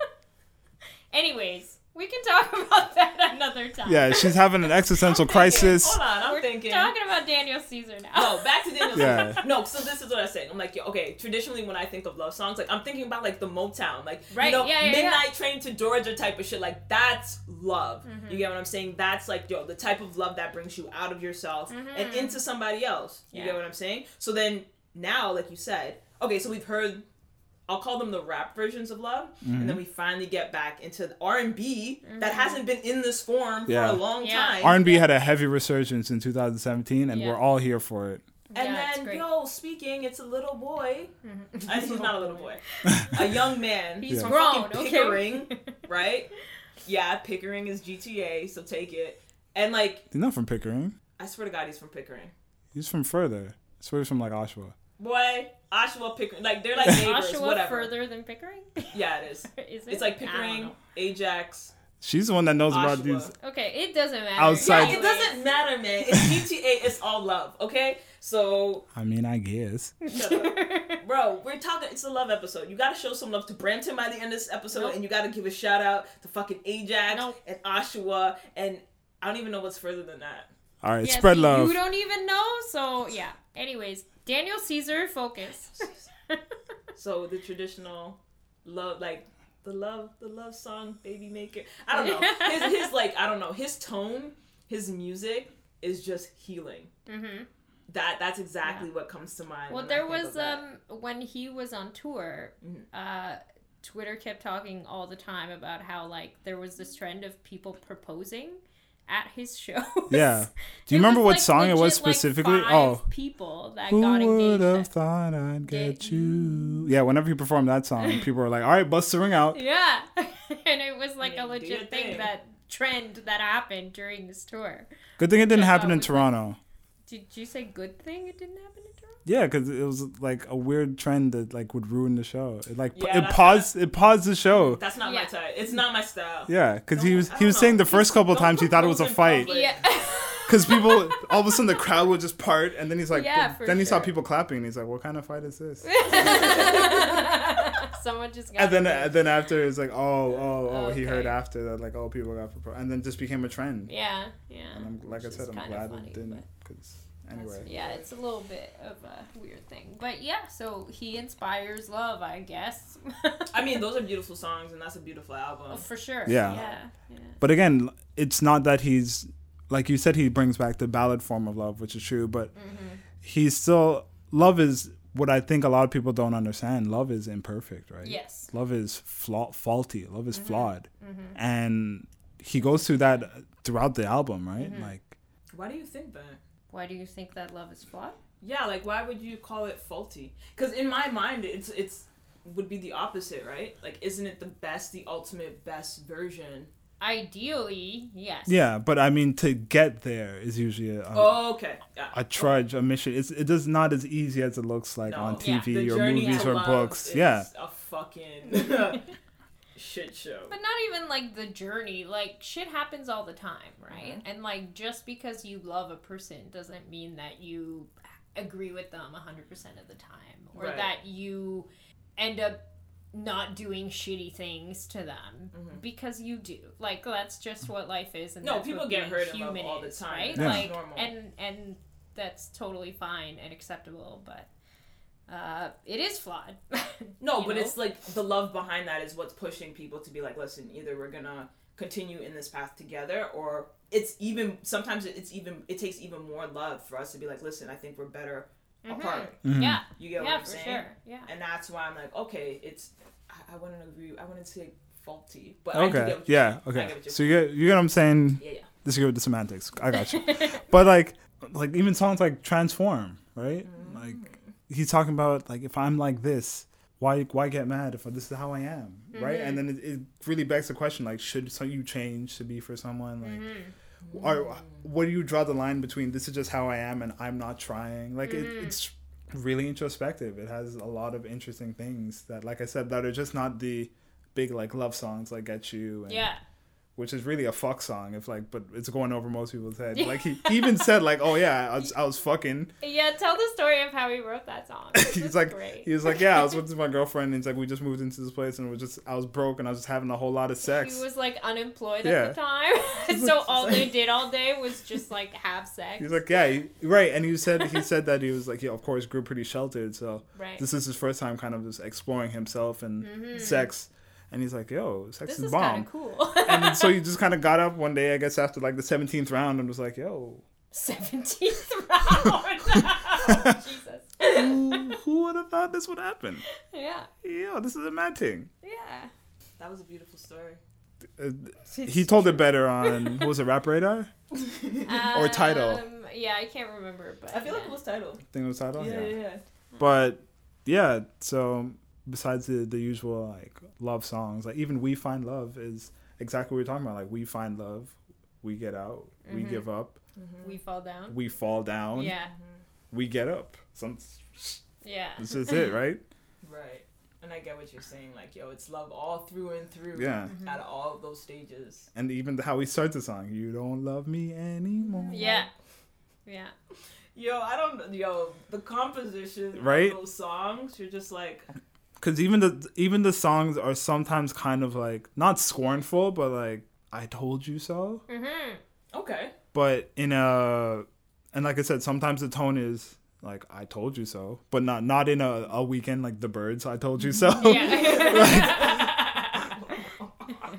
Anyways, we can talk about that another time. Yeah, she's having an existential crisis. Hold on, I'm We're thinking. Oh, talking about Daniel Caesar now. No, back to Daniel. Yeah. Caesar. No, so this is what I said. I'm like, yo, okay. Traditionally, when I think of love songs, like I'm thinking about like the Motown, like Right, you know, yeah, yeah, yeah. Mm-hmm. Midnight Train to Georgia type of shit. Like that's love. You get what I'm saying? That's like yo, the type of love that brings you out of yourself and into somebody else. You Mm-hmm. Yeah. get what I'm saying? So then now, like you said, okay, so we've heard. I'll call them the rap versions of love, Mm-hmm. and then we finally get back into R and B that hasn't been in this form Yeah. for a long Mm-hmm. Yeah. time. R&B had a heavy resurgence in 2017, and Yeah. we're all here for it. And Yeah, it's then, great. yo, speaking, it's a little boy. I, he's not a little boy. A young man. He's Yeah. from grown. fucking okay. Pickering, right? Yeah, Pickering is GTA, so take it. And, like, He's not from Pickering. I swear to God, he's from Pickering. He's from further. I swear he's from like Oshawa. Boy, Oshawa, Pickering. Like, they're like neighbors, Oshawa whatever. further than Pickering? Yeah, it is. Is it? It's like I don't Pickering, know. Ajax. She's the one that knows about Oshawa. these. Okay, it doesn't matter. Outside- It doesn't matter, man. It's GTA, it's all love, okay? So, I mean, I guess. Bro, we're talking. It's a love episode. You gotta show some love to Brampton by the end of this episode, Nope. and you gotta give a shout out to fucking Ajax Nope. and Oshawa, and I don't even know what's further than that. All right, Yeah, spread see, love. You don't even know, so yeah. Anyways, Daniel Caesar, focus. So the traditional love, like the love, the love song, baby maker. I don't know. His, his like, I don't know. His tone, his music is just healing. hmm That that's exactly what comes to mind. Well, when I there think of was that. um when he was on tour, Mhm. uh, Twitter kept talking all the time about how like there was this trend of people proposing at his show. Yeah. Do you remember what song it was specifically? oh, Oh. people that got Who would engaged. have at- thought I'd Get get you? Yeah, whenever he performed that song, people were like, all right, bust the ring out. Yeah, and it was like Yeah, a do your legit thing thing. that trend that happened during his tour. Good thing it didn't Yeah, happen in we- Toronto. Did you say good thing it didn't happen in Toronto? Yeah, because it was like a weird trend that like would ruin the show. It like Yeah, it that's- paused it paused the show. that's not my um, Yeah. type. It's not my style. Yeah, because Don't- he was I he was don't saying know. the first couple Don't times he thought it was a propose in fight public. Yeah. because people all of a sudden the crowd would just part and then he's like Yeah, for then he saw sure. people clapping and he's like what kind of fight is this Someone just got and then uh, it. and then after it's like oh oh oh he heard Okay. after that like oh people got proposed and then just became a trend yeah, yeah. and I'm, like Which I is said I'm kinda glad funny, it but didn't because anyway Yeah, it's a little bit of a weird thing, but yeah. So he inspires love, I guess. I mean, those are beautiful songs, and that's a beautiful album. Oh, for sure. Yeah. yeah, yeah. but again it's not that he's like you said he brings back the ballad form of love which is true but Mm-hmm. he's still love is what I think a lot of people don't understand love is imperfect right Yes. love is flaw- faulty love Mm-hmm. is flawed and he goes through that throughout the album right Mm-hmm. like Why do you think that? Why do you think that love is flawed? Yeah, like why would you call it faulty? Because in my mind, it's it's would be the opposite, right? Like, isn't it the best, the ultimate best version? Ideally, yes. yeah but i mean to get there is usually a, a, Oh, Okay, yeah. a trudge a mission it's it is not as easy as it looks like on No. Yeah. tv The or journey movies to or love books is yeah a fucking shit show. But not even like the journey. Like shit happens all the time, right? Mm-hmm. And like just because you love a person doesn't mean that you agree with them 100% of the time or Right. that you end up not doing shitty things to them because you do. Like that's just what life is Mm-hmm. and No, that's people what get being hurt in love human all the is, time. right? Yeah. That's Like normal. and and that's totally fine and acceptable, but uh, it is flawed. No, you but know? it's like the love behind that is what's pushing people to be like, listen, either we're gonna continue in this path together, or it's even sometimes it's even it takes even more love for us to be like, listen, I think we're better apart. Mhm. yeah, You get Mm-hmm. yeah, what I'm for saying? sure, yeah. and that's why I'm like, okay, it's I, I wouldn't agree, I wouldn't say faulty, but I do okay get what you're yeah saying. I okay get what you're so you get you get what i'm saying saying. yeah, yeah. disagree with the semantics i got you but like like even songs like transform right Like he's talking about like if I'm like this, why why get mad if this is how I am, right? And then it, it really begs the question like should some you change to be for someone like. Or what do you draw the line between this is just how I am and I'm not trying? Like it, it's really introspective. It has a lot of interesting things that, like I said, that are just not the big like love songs like "Get You" and Yeah. which is really a fuck song if like but it's going over most people's head like he even said like oh yeah i was, I was fucking Yeah, tell the story of how he wrote that song. he's like great. he was like yeah i was with my girlfriend and it's like we just moved into this place and it was just i was broke and i was just having a whole lot of sex He was like unemployed Yeah. at the time, so all they did all day was just like have sex. he's like yeah you- right and he said he said that he was like yeah of course grew pretty sheltered so right. Mm-hmm. this is his first time kind of just exploring himself and sex and he's like yo sex This is is bomb kind of cool. and then- so he just kind of got up one day i guess after like the 17th round and was like yo Seventeenth round. Oh, Jesus. who, who would have thought this would happen yeah. yo this is a mad thing Yeah. That was a beautiful story. Uh, he told it better on what was it rap radar Or title. Um, yeah, I can't remember, but I feel like yeah. it was title. i think it was title Yeah, Oh, yeah, yeah, yeah. but yeah so besides the, the usual like love songs like even we find love is exactly what we're talking about like we find love we get out we give up we fall down. we fall down Mm-hmm. Yeah. we get up some Yeah. this is it right Right. And I get what you're saying. Like, yo, it's love all through and through. Yeah. Mm-hmm. Out of all of those stages. and even how we start the song you don't love me anymore Yeah. Yeah. Yo, I don't. Yo, the composition Right? of those songs, you're just like, because even the even the songs are sometimes kind of like not scornful but like i told you so Mhm. okay. but in a and like i said sometimes the tone is like i told you so but not not in a, a weekend like the birds i told you so Mm-hmm. Yeah.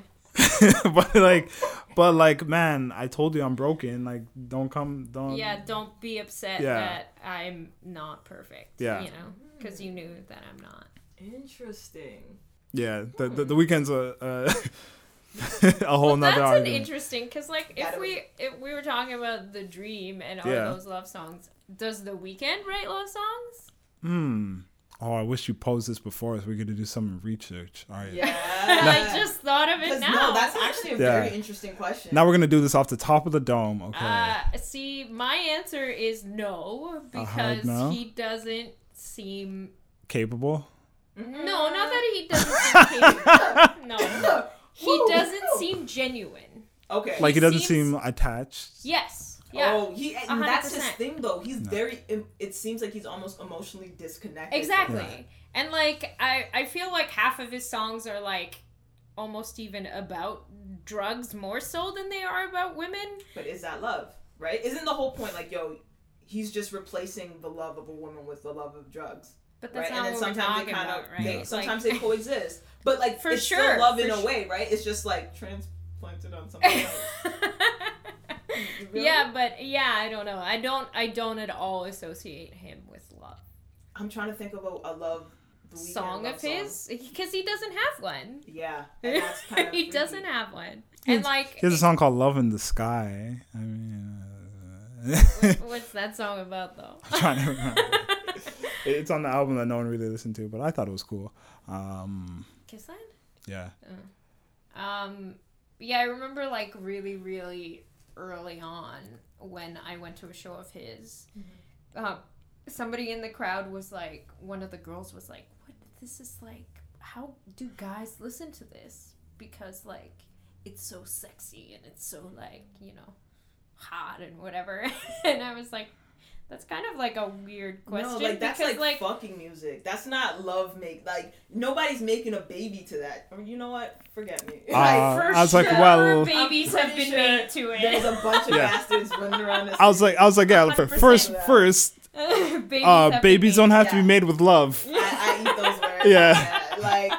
but like but like man i told you i'm broken like don't come don't yeah. Don't be upset Um, Yeah. that I'm not perfect. Yeah. You know, because you knew that I'm not. Interesting. yeah the, the, the weekend's a a, a whole That's nother an argument interesting because, like, if Gotta we if we were talking about the dream and all Yeah. those love songs, does the weekend write love songs? hmm oh i wish you posed this before us we're gonna do some research all right I just thought of it 'Cause now. no, that's actually a Yeah. very interesting question. now we're gonna do this off the top of the dome okay Uh, see, my answer is no because no? he doesn't seem. capable No, not that he doesn't seem. no, he Woo. doesn't seem genuine. Okay. like he doesn't seems- seem attached Yes. Yeah. Oh, he and that's his 100%. thing though. He's very. im- It seems like he's almost emotionally disconnected. Exactly. Yeah. And like I I feel like half of his songs are like almost even about drugs more so than they are about women. But is that love? Right? Isn't the whole point like, yo, he's just replacing the love of a woman with the love of drugs, But right? that's and not then what we're sometimes talking they kind about, of, right? they, It's like- sometimes they coexist. But like, For it's sure, still love for in a sure. way, right? It's just like transplanted on something else. Really? Yeah, but yeah, I don't know. I don't I don't at all associate him with love. I'm trying to think of a, a love the Weeknd song love of his because he doesn't have one. Yeah, and that's kind of he freaky. doesn't have one. And like He has a song called "Love in the Sky." I mean, uh, what's that song about though? I'm trying to remember. it's on the album that no one really listened to, but I thought it was cool. Um, Kiss Line? yeah, Um, yeah, I remember like really, really early on when I went to a show of his. Mm-hmm. Uh, somebody in the crowd was like, one of the girls was like, "What? This is like, how do guys listen to this? Because like, it's so sexy and it's so like, you know, hot and whatever." and I was like, "That's kind of like a weird question No, like that's because like, fucking music. That's not love make. Like nobody's making a baby to that. Or you know what? Forget me. Uh, like, for I was like, sure well- babies I'm have been pretty made to it." there's a bunch of Yeah. bastards running around. This I was like, I was like, yeah. For 100% first, yeah. first, babies, uh, have been babies made. don't have to be yeah. made with love, I, I eat those words. Yeah. Like,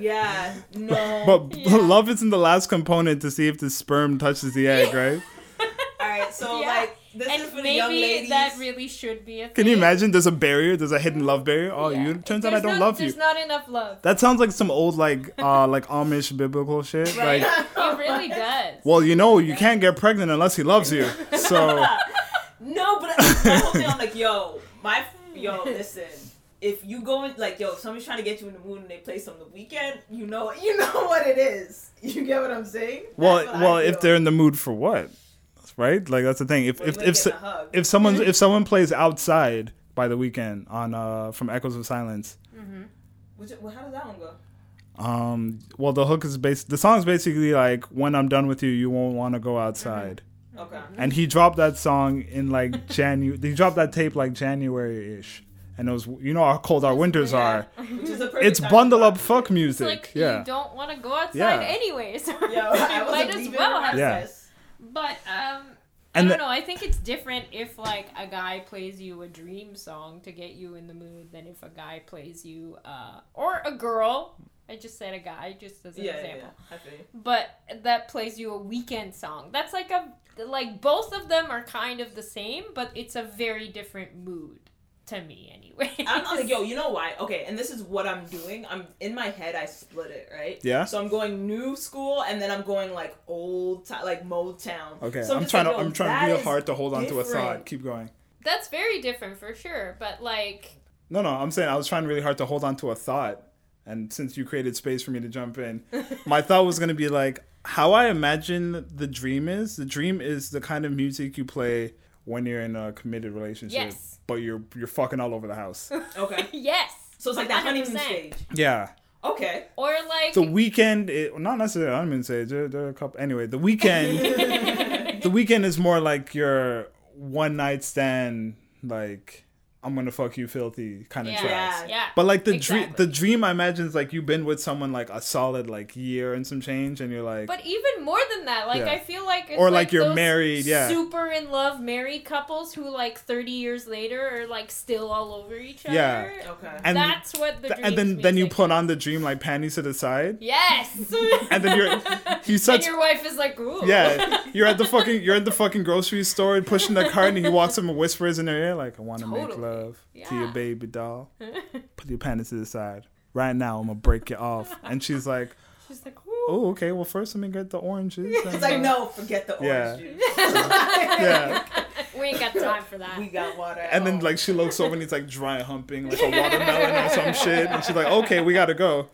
yeah, no. but Yeah. love isn't the last component to see if the sperm touches the egg, right? all right, so Yeah. like this and is for the maybe young ladies. that really should be a thing. Can you imagine? There's a barrier. There's a hidden love barrier. Oh, Yeah. you turns out I There's don't not- love you. There's not enough love. that sounds like some old like uh like Amish biblical shit. Right? Like, it really does. well, you know, you can't get pregnant unless he loves you. So. no, but I- the whole thing. I'm like, yo, my yo, listen. If you go in, like, yo, if somebody's trying to get you in the mood and they play some the weekend, you know, you know what it is. You get what I'm saying? Well, That's what I well, if feel. they're in the mood for what, right? Like that's the thing. If Well, if you if ain't getting so- a hug. if someone if someone plays outside by the weekend on uh from Echoes of Silence, Which, well, how does that one go? um, well the hook is based. The song's basically like when I'm done with you, you won't want to go Mm-hmm. outside. Mm-hmm. Okay. And he dropped that song in like January. he dropped that tape like January ish, and it was you know how cold our winters Yeah. are. Which is a perfect It's time to bundle up drop it. fuck It's music. like yeah. you don't want to go outside Yeah. anyways. Yo, I you was might as well have. Yeah. But um, I And don't the- know. I think it's different if like a guy plays you a dream song to get you in the mood than if a guy plays you uh or a girl. I just said a guy just as an Yeah, yeah, example. yeah. I feel you. But that plays you a weekend song. That's like a like both of them are kind of the same, but it's a very different mood to me anyway. I'm not like, yo, you know why? Okay, and this is what I'm doing. I'm in my head. I split it, right? Yeah. So I'm going new school, and then I'm going like old, ti- like Motown. Okay, So I'm just trying like, to yo, I'm trying that real is hard to hold on to a thought. different. Keep going. That's very different for sure. But like No, no, I'm saying I was trying really hard to hold on to a thought, and since you created space for me to jump in, my thought was gonna be like how I imagine the dream is. The dream is the kind of music you play when you're in a committed relationship, Yes. but you're you're fucking all over the house. Okay. yes. So it's like that honeymoon 100%. stage. yeah, Okay. Or like the weekend. It, not necessarily. I'm gonna say there, there are a couple. Anyway, the weekend. the weekend is more like your one night stand. Like I'm gonna fuck you filthy kind of yeah, tracks. yeah, tracks. But like the dream, Exactly. the dream I imagine is like you've been with someone like a solid like year and some change, and you're like, But even more than that, like Yeah. I feel like it's Or, like, you're those married, yeah. super in love married couples who like thirty years later are like still all over each other. Yeah. Okay. and that's what the th- dreams and then then you music- put on the dream like panties to the side, yes, and then you're he's and such your wife is like ooh yeah, you're at the fucking you're at the fucking grocery store and pushing the cart, and he walks up and whispers in her ear like, I want to make Totally. love to your Yeah. baby doll. Put your panties to the side. Right now, I'm gonna break you off, and she's like, she's like ooh "Oh, okay. Well, first let me get the oranges." and, It's like uh, no, forget the Yeah. orange juice. yeah. we ain't got time for that We got water. at And then home. like she looks over and he's like dry humping like a watermelon or some shit, and she's like, "Okay, we gotta go."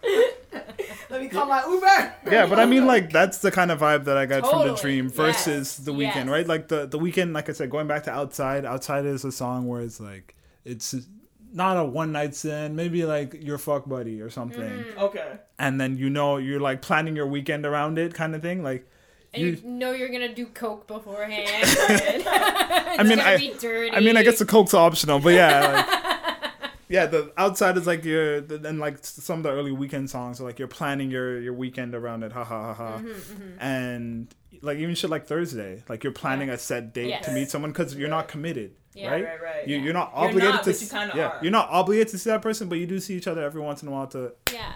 let me call my Uber. Yeah, but I mean like that's the kind of vibe that I got from the Totally. dream versus Yes. the weekend, Yes. right? Like the the weekend, like I said, going back to outside. Outside is a song where it's like it's not a one night stand, maybe like your fuck buddy or something, Mm-hmm. Okay. and then you know you're like planning your weekend around it, kind of thing. Like and you, you- know you're gonna do coke beforehand I mean, I- be dirty. I mean, I guess the coke's optional, but yeah. Like, Yeah, the outside is like your, the- and like s- some of the early weekend songs are like you're planning your your weekend around it, ha ha ha ha, and like even shit like Thursday, like you're planning a set date Yes. to meet someone because you're not committed, Yeah. right? Right, right, You, yeah. You're not You're obligated not, to, but s- you kinda yeah, are. you're not obligated to see that person, but you do see each other every once in a while to yeah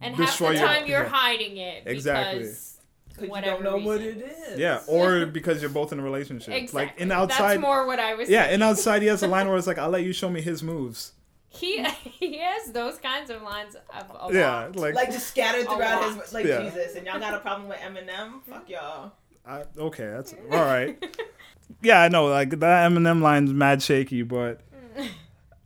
and half Destroy the your- time you're yeah. hiding it Exactly. because Because you Whatever don't know what it reason. is. yeah, or because you're both in a relationship, Exactly. like in outside, That's more what I was. yeah, saying. in outside he has a line where it's like I'll let you show me his moves, He he has those kinds of lines of a yeah, lot. like, Like just scattered A throughout lot. his like Yeah. Jesus, and y'all got a problem with Eminem? Mm-hmm. Fuck y'all. I, okay, that's all right. yeah, I know. Like that Eminem line's mad shaky, but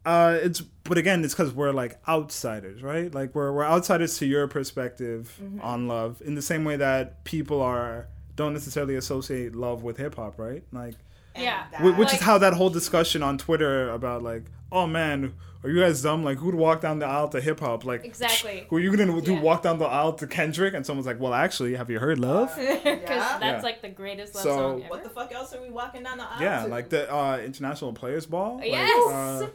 uh, it's but again, it's because we're like outsiders, right? Like we're we're outsiders to your perspective Mm-hmm. on love, in the same way that people are don't necessarily associate love with hip hop, right? Like And Yeah. that- wh- which Like- is how that whole discussion on Twitter about like, oh man, are you guys dumb? Like who'd walk down the aisle to hip hop? Like Exactly. Were you gonna do Yeah. walk down the aisle to Kendrick? And someone's like, well, actually, have you heard love? Because Yeah. that's Yeah. like the greatest love So- song ever. What the fuck else are we walking down the aisle? Yeah, to? like the uh, International Players Ball. like, Yes. uh,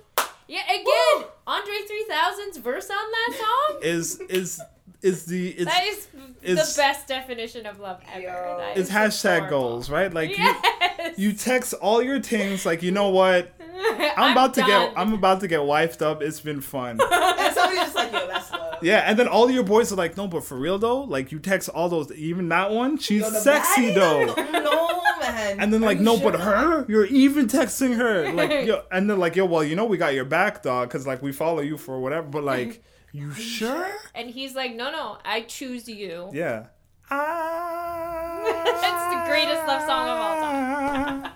yeah. Again, Andre 3000's verse on that song. is is is the it's, that is it's- the best definition of love ever. Yo. That it's is hashtag adorable. goals, right? Like Yes. you you text all your things like you know what I'm, about to done. get I'm about to get wifed up. It's been fun. And somebody's just like, yo, that's love. yeah, and then all your boys are like, no, but for real though, like you text all those even that one she's Yo, the sexy baddie? though. No man. And then Are like you no, sure? but her. You're even texting her. Like yo, and then like yo, well you know we got your back, dog, because like we follow you for whatever. But like, you sure? and he's like, no, no, I choose you. Yeah. That's the greatest love song of all time.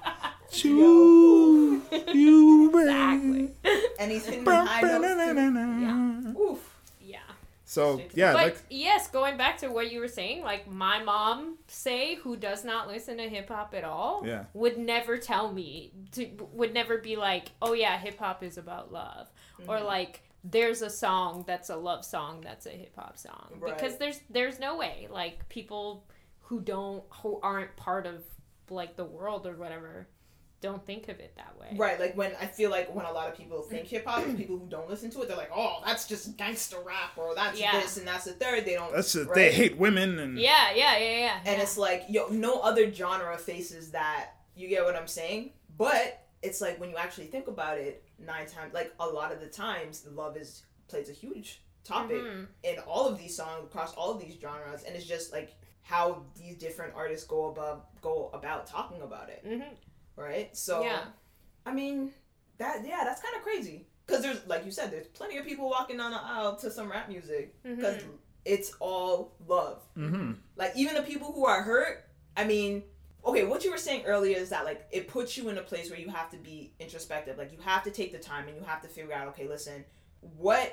Choose you, babe. Exactly. anything with high notes. Yeah. too. Oof. Yeah. So Six. yeah, but like yes, going back to what you were saying, like my mom say who does not listen to hip hop at all Yeah. would never tell me to would never be like, "Oh yeah, hip hop is about love." Or Mm-hmm. like there's a song that's a love song that's a hip hop song because Right. there's there's no way like people who don't who aren't part of like the world or whatever don't think of it that way. Right, like when I feel like when a lot of people think hip hop, people who don't listen to it, they're like, "Oh, that's just gangster rap, or that's Yeah. this and that's the third. They don't. that's just, right? they hate women and Yeah, yeah, yeah, yeah. Mm. And yeah. it's like, yo, no other genre faces that. You get what I'm saying? But it's like when you actually think about it, nine times, like a lot of the times, love is plays a huge topic Mhm. in all of these songs across all of these genres, and it's just like how these different artists go above go about talking about it, Mhm. right? So Yeah. I mean, that yeah, that's kind of crazy. Cause there's like you said, there's plenty of people walking down the aisle to some rap music. Cause Mhm. it's all love. hmm Like even the people who are hurt. I mean, okay, what you were saying earlier is that like it puts you in a place where you have to be introspective. Like you have to take the time and you have to figure out. Okay, listen, what?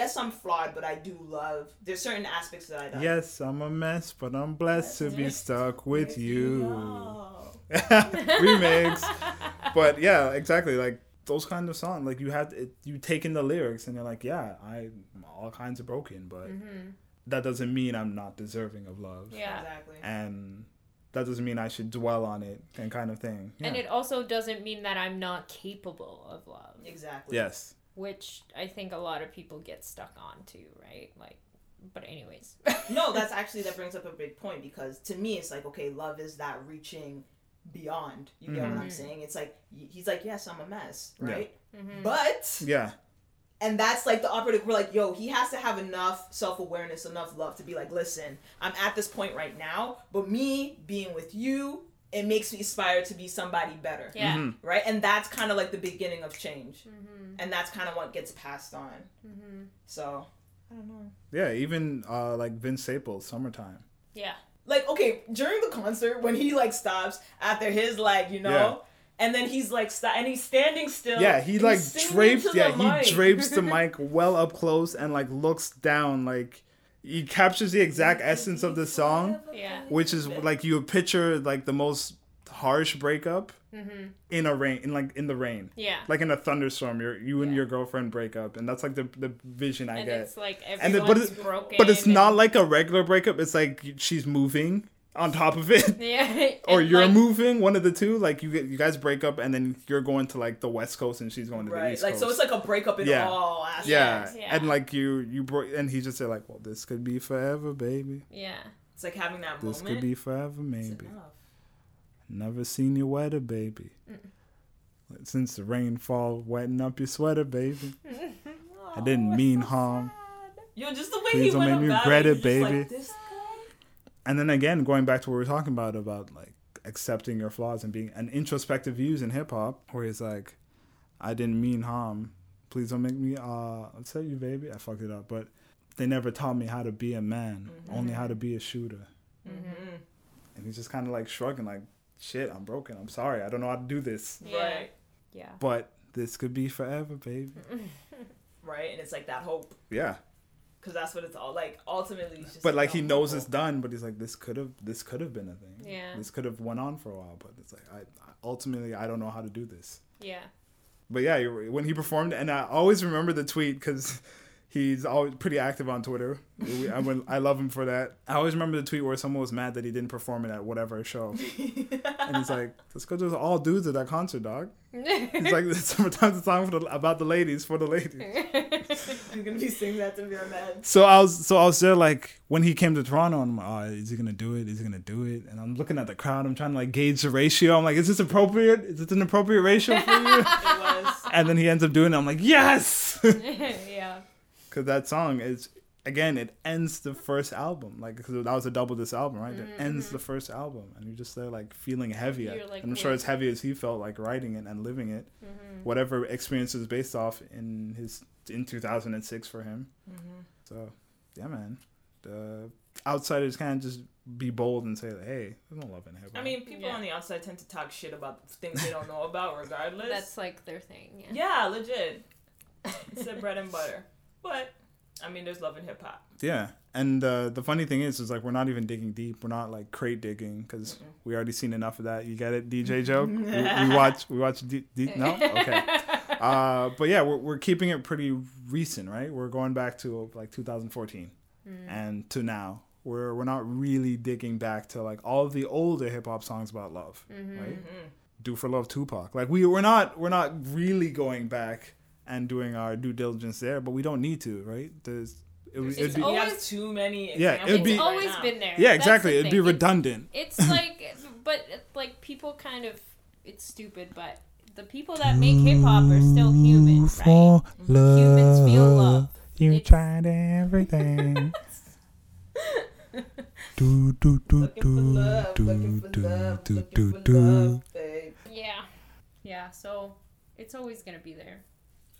Yes, I'm flawed, but I do love. There's certain aspects that I love. Yes, I'm a mess, but I'm blessed to be stuck with you. Remix. But yeah, exactly. Like those kind of songs. Like you have it, you take in the lyrics and you're like, yeah, I'm all kinds of broken, but Mhm. that doesn't mean I'm not deserving of love. Yeah. Exactly. And that doesn't mean I should dwell on it and kind of thing. Yeah. And it also doesn't mean that I'm not capable of love, Exactly. yes. which I think a lot of people get stuck on too, right? Like, but anyways. no, that's actually that brings up a big point because to me it's like okay, love is that reaching beyond. You get what I'm saying? It's like y- he's like, yes, I'm a mess, Mm-hmm. Yeah. right? But Yeah. and that's like the operative. We're like, yo, he has to have enough self awareness, enough love to be like, listen, I'm at this point right now, but me being with you, it makes me aspire to be somebody better, Yeah. Mhm. right? And that's kind of like the beginning of change, Mm-hmm. and that's kind of what gets passed on. Mm-hmm. So I don't know. Yeah. Even uh, like Vince Staples, "Summertime." Yeah. like okay during the concert when he like stops after his like you know Yeah. and then he's like st- and he's standing still Yeah, he He's like singing drapes. to the Yeah, mic. he drapes the mic well up close and like looks down. Like he captures the exact essence of the song, Yeah. which is like you picture like the most harsh breakup in a rain, in like in the rain, Mm-hmm. Yeah. like in a thunderstorm. You're you and Yeah. your girlfriend break up, and that's like the the vision I and get. it's like And everyone's then, but it's broken. but it's and- not like a regular breakup. It's like she's moving on top of it. Yeah. or and you're like, moving one of the two like you get you guys break up and then you're going to like the west coast and she's going to the right east like coast so it's like a breakup in Yeah. all aspects yeah. Yeah. and like you you bro- and he just said like well this could be forever baby Yeah. it's like having that this moment could be forever It's oh, maybe enough. never seen you wetter baby since the rainfall wetting up your sweater baby i didn't mean harm yo just the way Please he don't went make me about regret it, it, you're just baby. like, this guy? and then again going back to what we were talking about about like accepting your flaws and being an introspective views in hip-hop where it's like i didn't mean harm please don't make me uh upset you baby i fucked it up but they never taught me how to be a man only how to be a shooter Mm-hmm. and he's just kind of like shrugging like shit i'm broken i'm sorry i don't know how to do this Yeah. right Yeah. but this could be forever baby right and it's like that hope yeah because that's what it's all like ultimately it's just "Oh, but like that he knows hope. it's done but he's like this could have this could have been a thing Yeah. this could have went on for a while but it's like i I- ultimately i don't know how to do this Yeah. but yeah, you're right. when he performed, and I always remember the tweet because he's always pretty active on Twitter. We, I, would- I love him for that. I always remember the tweet where someone was mad that he didn't perform it at whatever show, and he's like, "That's because there's all dudes at that concert, dog." He's like, "Sometimes it's song for the, about the ladies for the ladies." you're gonna be singing that to your man So I was, so I was there like when he came to Toronto, and I'm like, oh, is he gonna do it? Is he gonna do it? And I'm looking at the crowd. I'm trying to like gauge the ratio. I'm like, is this appropriate? Is this an appropriate ratio for you? it was and then he ends up doing it. I'm like, yes. yeah. because that song is again it ends the first album like because that was a double this album right it ends the first album and you're just there like feeling heavy Mm-hmm. You're and like, Mm-hmm. i'm sure yeah. as heavy as he felt like writing it and living it whatever experience is based off in his in 2006 for him Mm-hmm. so yeah man the outsiders can't just be bold and say like, hey there's no love in hip I mean, people Yeah. on the outside tend to talk shit about things they don't know about, regardless. That's like their thing. Yeah. yeah, legit. it's the bread and butter. But I mean, there's love in hip hop. Yeah, and uh, the funny thing is, is like we're not even digging deep. We're not like crate digging because we already seen enough of that. You get it, DJ joke. we, we watch, we watch deep. De- no, okay. Uh, but yeah, we're we're keeping it pretty recent, right? We're going back to like 2014, and to now. We're we're not really digging back to like all the older hip hop songs about love, right? Do for love, Tupac. Like we we're not we're not really going back and doing our due diligence there, but we don't need to, right? There's it, would- It's it'd be we always- have too many. Yeah, Examples it'd It's be- right always now. been there. Yeah, That's exactly. the It'd be thing. It- redundant. It's like, but it's like people kind of, it's stupid, but the people that make hip hop are still human, right? Humans feel Uh, love. You It's- tried everything. do do do Looking for love, looking for love, looking for love, babe. Yeah, yeah. So it's always gonna be there.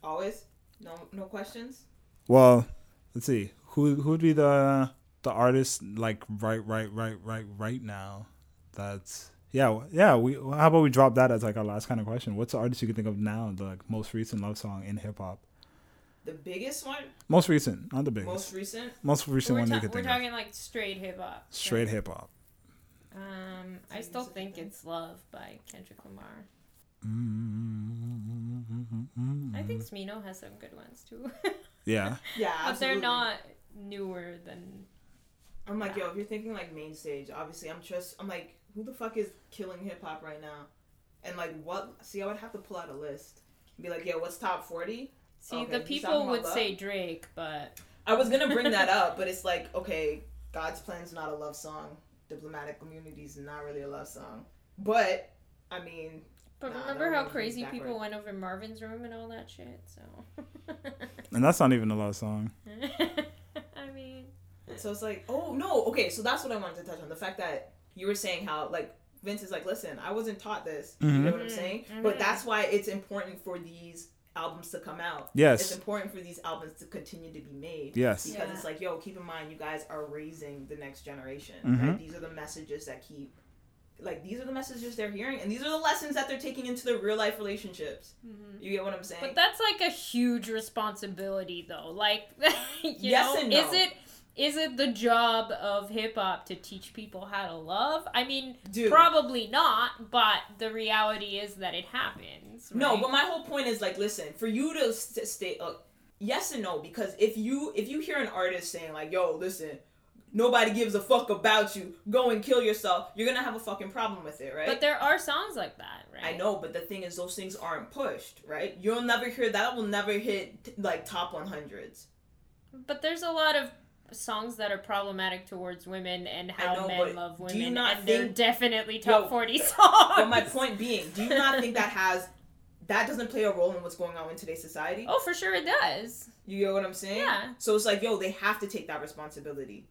Always, no, no questions. Well, let's see. Who who would be the the artist like right right right right right now? That's yeah w- yeah. We how about we drop that as like our last kind of question? What's the artist you can think of now? The like, most recent love song in hip hop. The biggest one, Most recent, not the biggest. most Most, recent. So recent we're one ta- you could we're think of. talking like straight hip hop. Straight right? hip hop. Um, I still think it's "Love" by Kendrick Lamar. I think Mm-hmm. Smino has some good ones too, Yeah. Yeah, but they're absolutely. not newer than. I'm like, yo, if you're thinking like main stage, obviously, I'm just, I'm like, who the fuck is killing hip hop right now? And like, what? See, I would have to pull out a list. and Be like, yo, what's top forty? See, Okay, the he's people talking about would love? say Drake, but I was gonna bring that up, but it's like, okay, God's Plan's not a love song. Diplomatic Community's not really a love song. But I mean, but Nah, remember that how one is crazy backward. people went over Marvin's room and all that shit. So, And that's not even a love song. I mean, so it's like, oh no, okay, so that's what I wanted to touch on the fact that you were saying how like Vince is like, listen, I wasn't taught this. You know what I'm saying? But that's why it's important for these albums to come out. Yes. it's important for these albums to continue to be made. Yes. because Yeah. it's like, yo, keep in mind, you guys are raising the next generation. Right? These are the messages that keep, like, these are the messages they're hearing, and these are the lessons that they're taking into their real life relationships. mm-hmm. You get what I'm saying? But that's like a huge responsibility, though. Like, you Yes know, and no. is it is it the job of hip hop to teach people how to love? I mean, Dude. probably not. But the reality is that it happens. no, right? but my whole point is like, listen, for you to st- stay, uh, yes and no, because if you if you hear an artist saying like, yo, listen. Nobody gives a fuck about you. Go and kill yourself. You're gonna have a fucking problem with it, right? but there are songs like that, right? I know, but the thing is, those things aren't pushed, right? You'll never hear that. Will never hit t- like top 100s. But there's a lot of songs that are problematic towards women and how know, men but love women, do you not and they're think- definitely top Yo, forty songs. But my point being, do you not think that has that doesn't play a role in what's going on in today's society? Oh, for sure it does. You get what I'm saying? Yeah. So it's like, yo, they have to take that responsibility.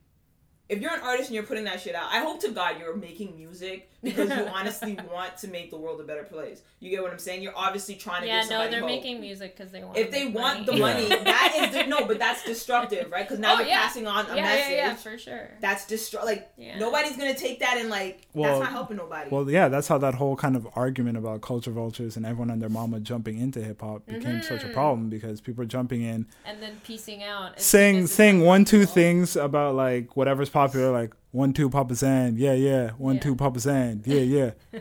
If you're an artist and you're putting that shit out, I hope to God you're making music because you honestly want to make the world a better place. You get what I'm saying? You're obviously trying to Yeah, give no, somebody they're hope. making music because they want. If they want the money, that is no, but that's destructive, right? Because now Oh, you're yeah. passing on a yeah, message. yeah, yeah, for sure. That's destro like Yeah. nobody's gonna take that and like Well- that's not helping nobody. Well, yeah, that's how that whole kind of argument about culture vultures and everyone and their mama jumping into hip hop became such Mm-hmm. a problem because people are jumping in, and then piecing out as soon saying as it's saying one two possible. things about like whatever's popular, like one two Papa Zan, yeah yeah, one Yeah. two Papa Zan, yeah yeah,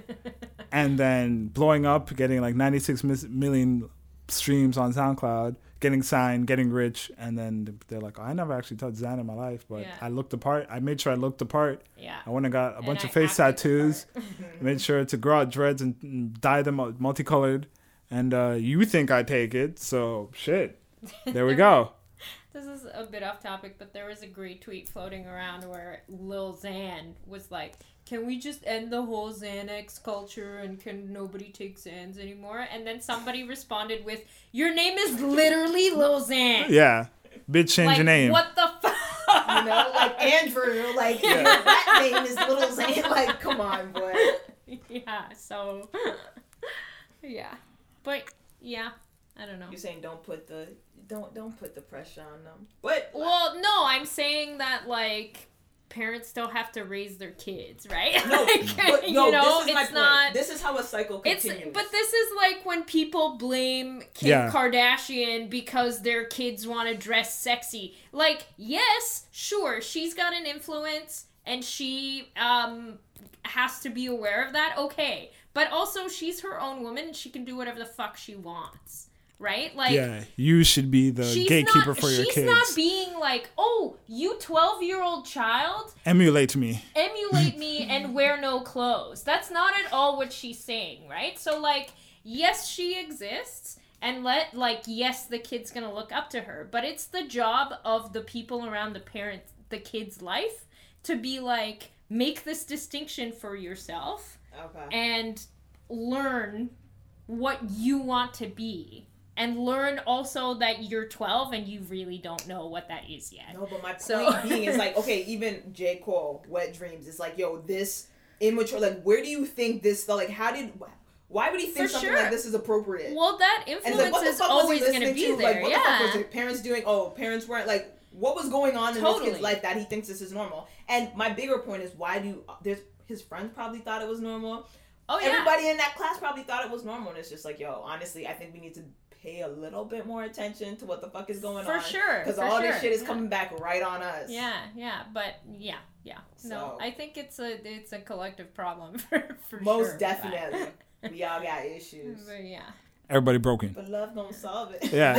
and then blowing up, getting like 96 mis- million streams on SoundCloud, getting signed, getting rich, and then they're like, I never actually touched Zan in my life, but Yeah. I looked the part. I made sure I looked the part. yeah I went and got a And bunch I of face acted the tattoos, part. made sure to grow out dreads and- and dye them out multicolored. And uh, you think I take it, so shit. There we go. this is a bit off topic but there was a great tweet floating around where lil xan was like can we just end the whole xanax culture and can nobody take xans anymore and then somebody responded with your name is literally lil xan Yeah. Bitch, change like, your name. what the fuck you know, like Andrew, like you know, that name is Little Zane. Like, come on, boy. yeah so yeah but yeah i don't know You're saying don't put the don't don't put the pressure on them. But Well, no, I'm saying that like parents still have to raise their kids, right? No, Like, but, no you know, this is my it's point. not. This is how a cycle It's continues. but this is like when people blame Kim Yeah. Kardashian because their kids want to dress sexy. Like, yes, sure, she's got an influence and she um has to be aware of that. Okay. But also she's her own woman and she can do whatever the fuck she wants. Right? Like yeah, you should be the she's gatekeeper not, for your she's kids. not being like, "Oh, you 12-year-old child, Emulate me. emulate me and wear no clothes. That's not at all what she's saying, right? So like, yes, she exists and let like yes, the kid's going to look up to her, but it's the job of the people around the parent the kid's life to be like make this distinction for yourself okay. and learn what you want to be and learn also that you're 12 and you really don't know what that is yet. No, but my point So- being is like, okay, even J. Cole, Wet Dreams, is like, yo, this immature, like, where do you think this, like, how did, why would he think For something sure. like this is appropriate? Well, that and influence it's like, what the is fuck was he always going to listening be to? there. like, what the yeah. fuck was his parents doing? Oh, parents weren't, like, what was going on in Totally. this kid's life that he thinks this is normal? And my bigger point is, why do, you, there's, his friends probably thought it was normal. oh, yeah. Everybody in that class probably thought it was normal. And it's just like, yo, honestly, I think we need to pay a little bit more attention to what the fuck is going for on. sure. Because for all sure. this shit is yeah. coming back right on us. Yeah, yeah, but yeah, yeah. No, So- I think it's a it's a collective problem for, for Most sure, but- definitely. we all got issues. But yeah. Everybody broken. But love don't solve it. Yeah.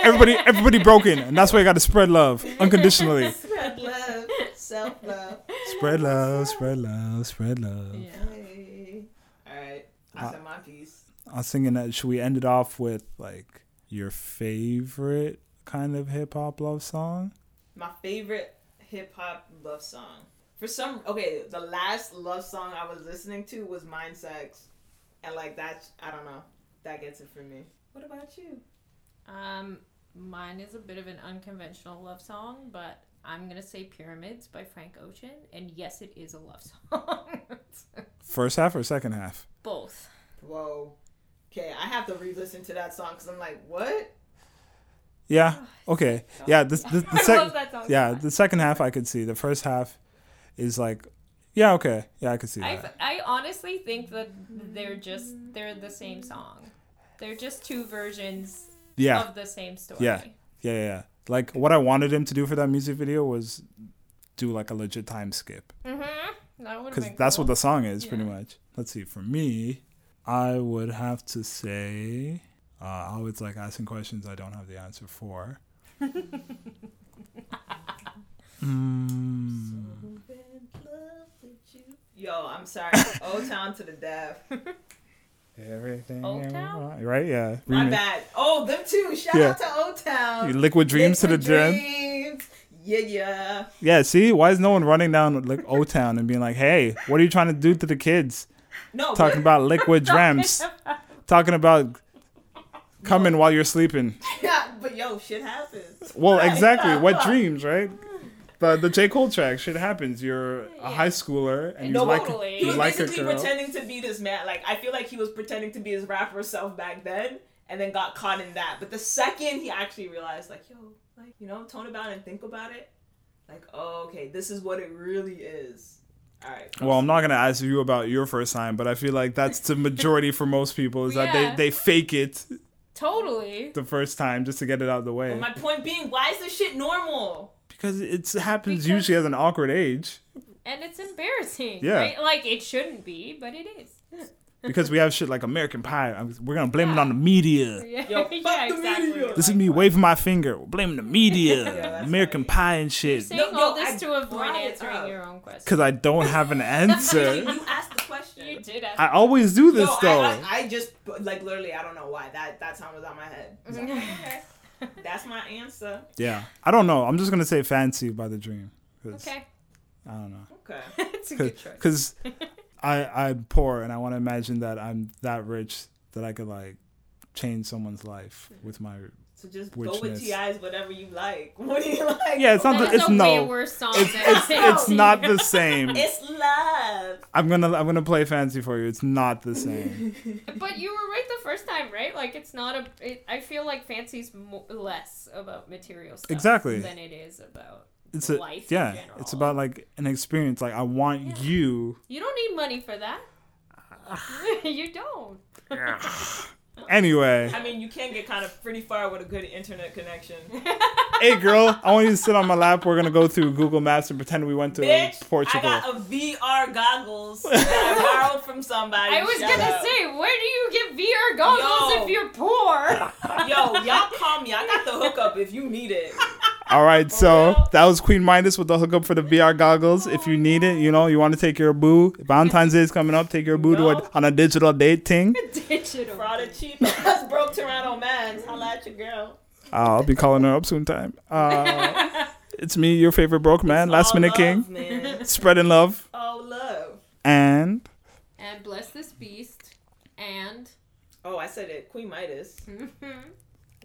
Everybody, everybody broken, and that's why you got to spread love unconditionally. Spread love, self love. Spread love, spread love, spread love. Yeah. Hey. All right. I said my piece. I was thinking that should we end it off with like your favorite kind of hip hop love song? My favorite hip hop love song. For some, okay, the last love song I was listening to was Mind Sex. And like that's, I don't know. That gets it for me. What about you? Um, mine is a bit of an unconventional love song, but I'm gonna say "Pyramids" by Frank Ocean, and yes, it is a love song. First half or second half? Both. Whoa. Okay, I have to re listen to that song because I'm like, what? Yeah. Okay. Yeah. The the, the I love second. that song. so Yeah. much. The second half I could see. The first half is like, yeah. Okay. Yeah, I could see I, that. I honestly think that they're just they're the same song. They're just two versions Yeah. of the same story. Yeah. Yeah. Yeah. yeah. Like what I wanted him to do for that music video was do like a legit time skip Mm-hmm. That would have because been that's cool. what the song is pretty Yeah. much. Let's see. For me, I would have to say. Uh, I always like asking questions I don't have the answer for. Mm. Yo, I'm sorry. O Town to the Death. Everything. Old I Town? want. Right? Yeah. My Remake. bad. Oh, them too. Shout Yeah. out to O Town. Liquid Dreams to the gym. Dreams. Yeah, yeah. Yeah, see? Why is no one running down like O Town and being like, hey, what are you trying to do to the kids? No, Talking about liquid dreams. Talking about coming while you're sleeping. but, yeah, but yo, shit happens. Well, exactly. What dreams, right? The, the J. Cole track, shit happens. You're a high schooler and you No, like totally. He you was like a basically girl. pretending to be this man. Like I feel like he was pretending to be his rapper self back then, and then got caught in that. But the second he actually realized, like yo, like you know, tone about it and think about it, like oh, okay, this is what it really is. All right. Well, I'm not gonna ask you about your first time, but I feel like that's the majority for most people is Yeah. that they, they fake it Totally. the first time just to get it out of the way. Oh But my point being, why is this shit normal? Because it happens Because- usually at an awkward age. And it's embarrassing. Yeah. Right? Like it shouldn't be, but it is. Because we have shit like American Pie. I'm- We're gonna blame it on the media. Yeah, Yo, fuck the media. This is me waving my finger, We're blaming the media, that's American funny. Pie and shit. Saying No, yo, all this I to avoid brought it answering up. your own question. Because I don't have an answer. You asked the question. You did ask. I always do this No, though. I, I, I just like literally, I don't know why that that song was on my head. I was like, okay, that's my answer. yeah, I don't know. I'm just gonna say "Fancy" by the Dream. 'Cause okay. I don't know. Okay. it's a good choice. Because I I'm poor and I want to imagine that I'm that rich that I could like change someone's life with my. So just go Witchness. with Ti's whatever you like. What do you like? Yeah, it's not That the, is it's a way no. worse song It's, than it's, it's Fancy. not the same. It's love. I'm gonna I'm gonna play fancy for you. It's not the same. But you were right the first time, right? Like it's not a. It, I feel like fancy's mo- less about material stuff Exactly. than it is about it's a life in yeah. general. It's about like an experience. Like I want Yeah. you. You don't need money for that. Ah. you don't. Anyway, I mean, you can get kind of pretty far with a good internet connection. hey girl, I want you to sit on my lap. We're gonna go through Google Maps and pretend we went to Bitch, Portugal. I got a VR goggles that I borrowed from somebody. I was Shut gonna up. say, where do you get VR goggles Yo. if you're poor? Yo, y'all call me. I got the hookup if you need it. All right, so real? that was Queen Midas with the hookup for the VR goggles. if you need it, you know, you want to take your boo. Valentine's Day is coming up. Take your boo to No. a, on a digital date thing. Digital. Brought a cheap ass broke Toronto man. Holla at your girl. I'll be calling her up sometime. Uh, it's me, your favorite broke man, Last All Minute love, King, Man. spreading love. Oh love. And And bless this beast. And Oh, I said it. Queen Midas.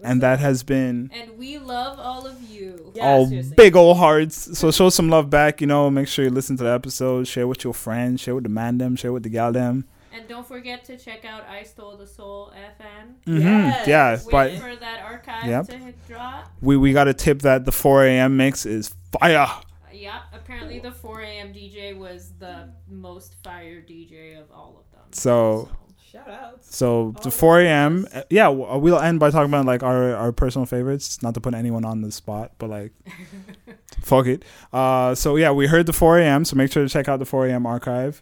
and that has been Mm-hmm. and we love all of you. Yeah, all seriously. big old hearts. So show some love back. You know, make sure you listen to the episode. Share with your friends. Share with the man them. Share with the gal them. And don't forget to check out I Stole the Soul FM. hmm Yes. Yeah, Wait but for that archive Yep. to hit drop. we we got a tip that the 4 a.m. mix is fire. Yeah, apparently the 4 a.m. DJ was the most fire DJ of all of them. So- Shout outs. So Oh, the 4 a.m. uh, Yeah, w- we'll end by talking about like our, our personal favorites, not to put anyone on the spot, but like, fuck it. Uh, so yeah, we heard the 4 a.m. So make sure to check out the 4 a.m. archive.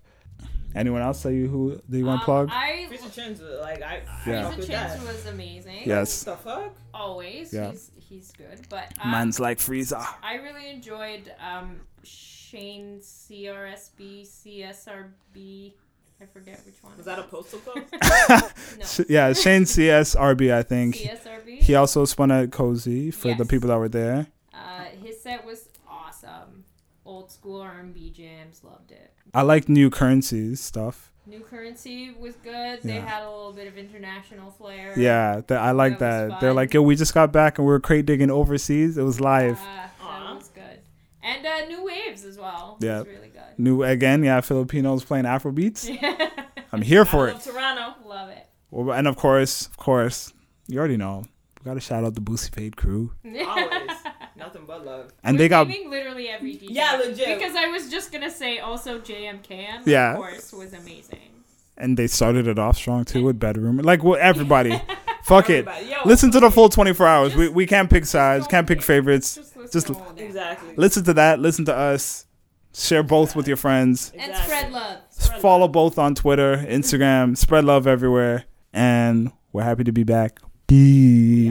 Anyone else tell you who do you want to Um, plug? I Freezer Chins was like I. I Yeah. fuck Lisa with Chins that. was amazing. yes, What the fuck? Always. Yeah. He's he's good. But um, man's like Frieza. I really enjoyed um Shane CRSB CSRB. I forget which one. Was that a postal code? no. S- Yeah, Shane CSRB, I think. CSRB. He also spun at Cozy for the Yes. people that were there. Uh, his set was awesome. Old school R&B jams, loved it. I like new currencies stuff. New Currency was good. They Yeah. had a little bit of international flair. Yeah, th- I like That was that. They're fun. like, yo, we just got back and we were crate digging overseas. It was Uh, live. that Aw. was good. And uh, New Waves as well. Yeah. was really good. New again, yeah, Filipinos playing Afrobeats. I'm here I for it. love Toronto. Love it. Well, And of course, of course, you already know. We gotta shout out the Boosie Fade crew. Always. Nothing but love. And We're they got naming literally every DJ. Yeah, legit. Because I was just gonna say also JMK. Yeah. Of course, was amazing. and they started it off strong too with bedroom. Like well, everybody. Fuck it. Everybody. Yo, Listen to the full twenty four hours. we Just- we can't pick sides, don't can't pick pick. favorites. Just listen Just- to all that. Exactly. Listen to that, listen to us, share both with your friends. And Exactly. spread love. Spread Follow both on Twitter, Instagram, spread love everywhere. And we're happy to be back. Peace.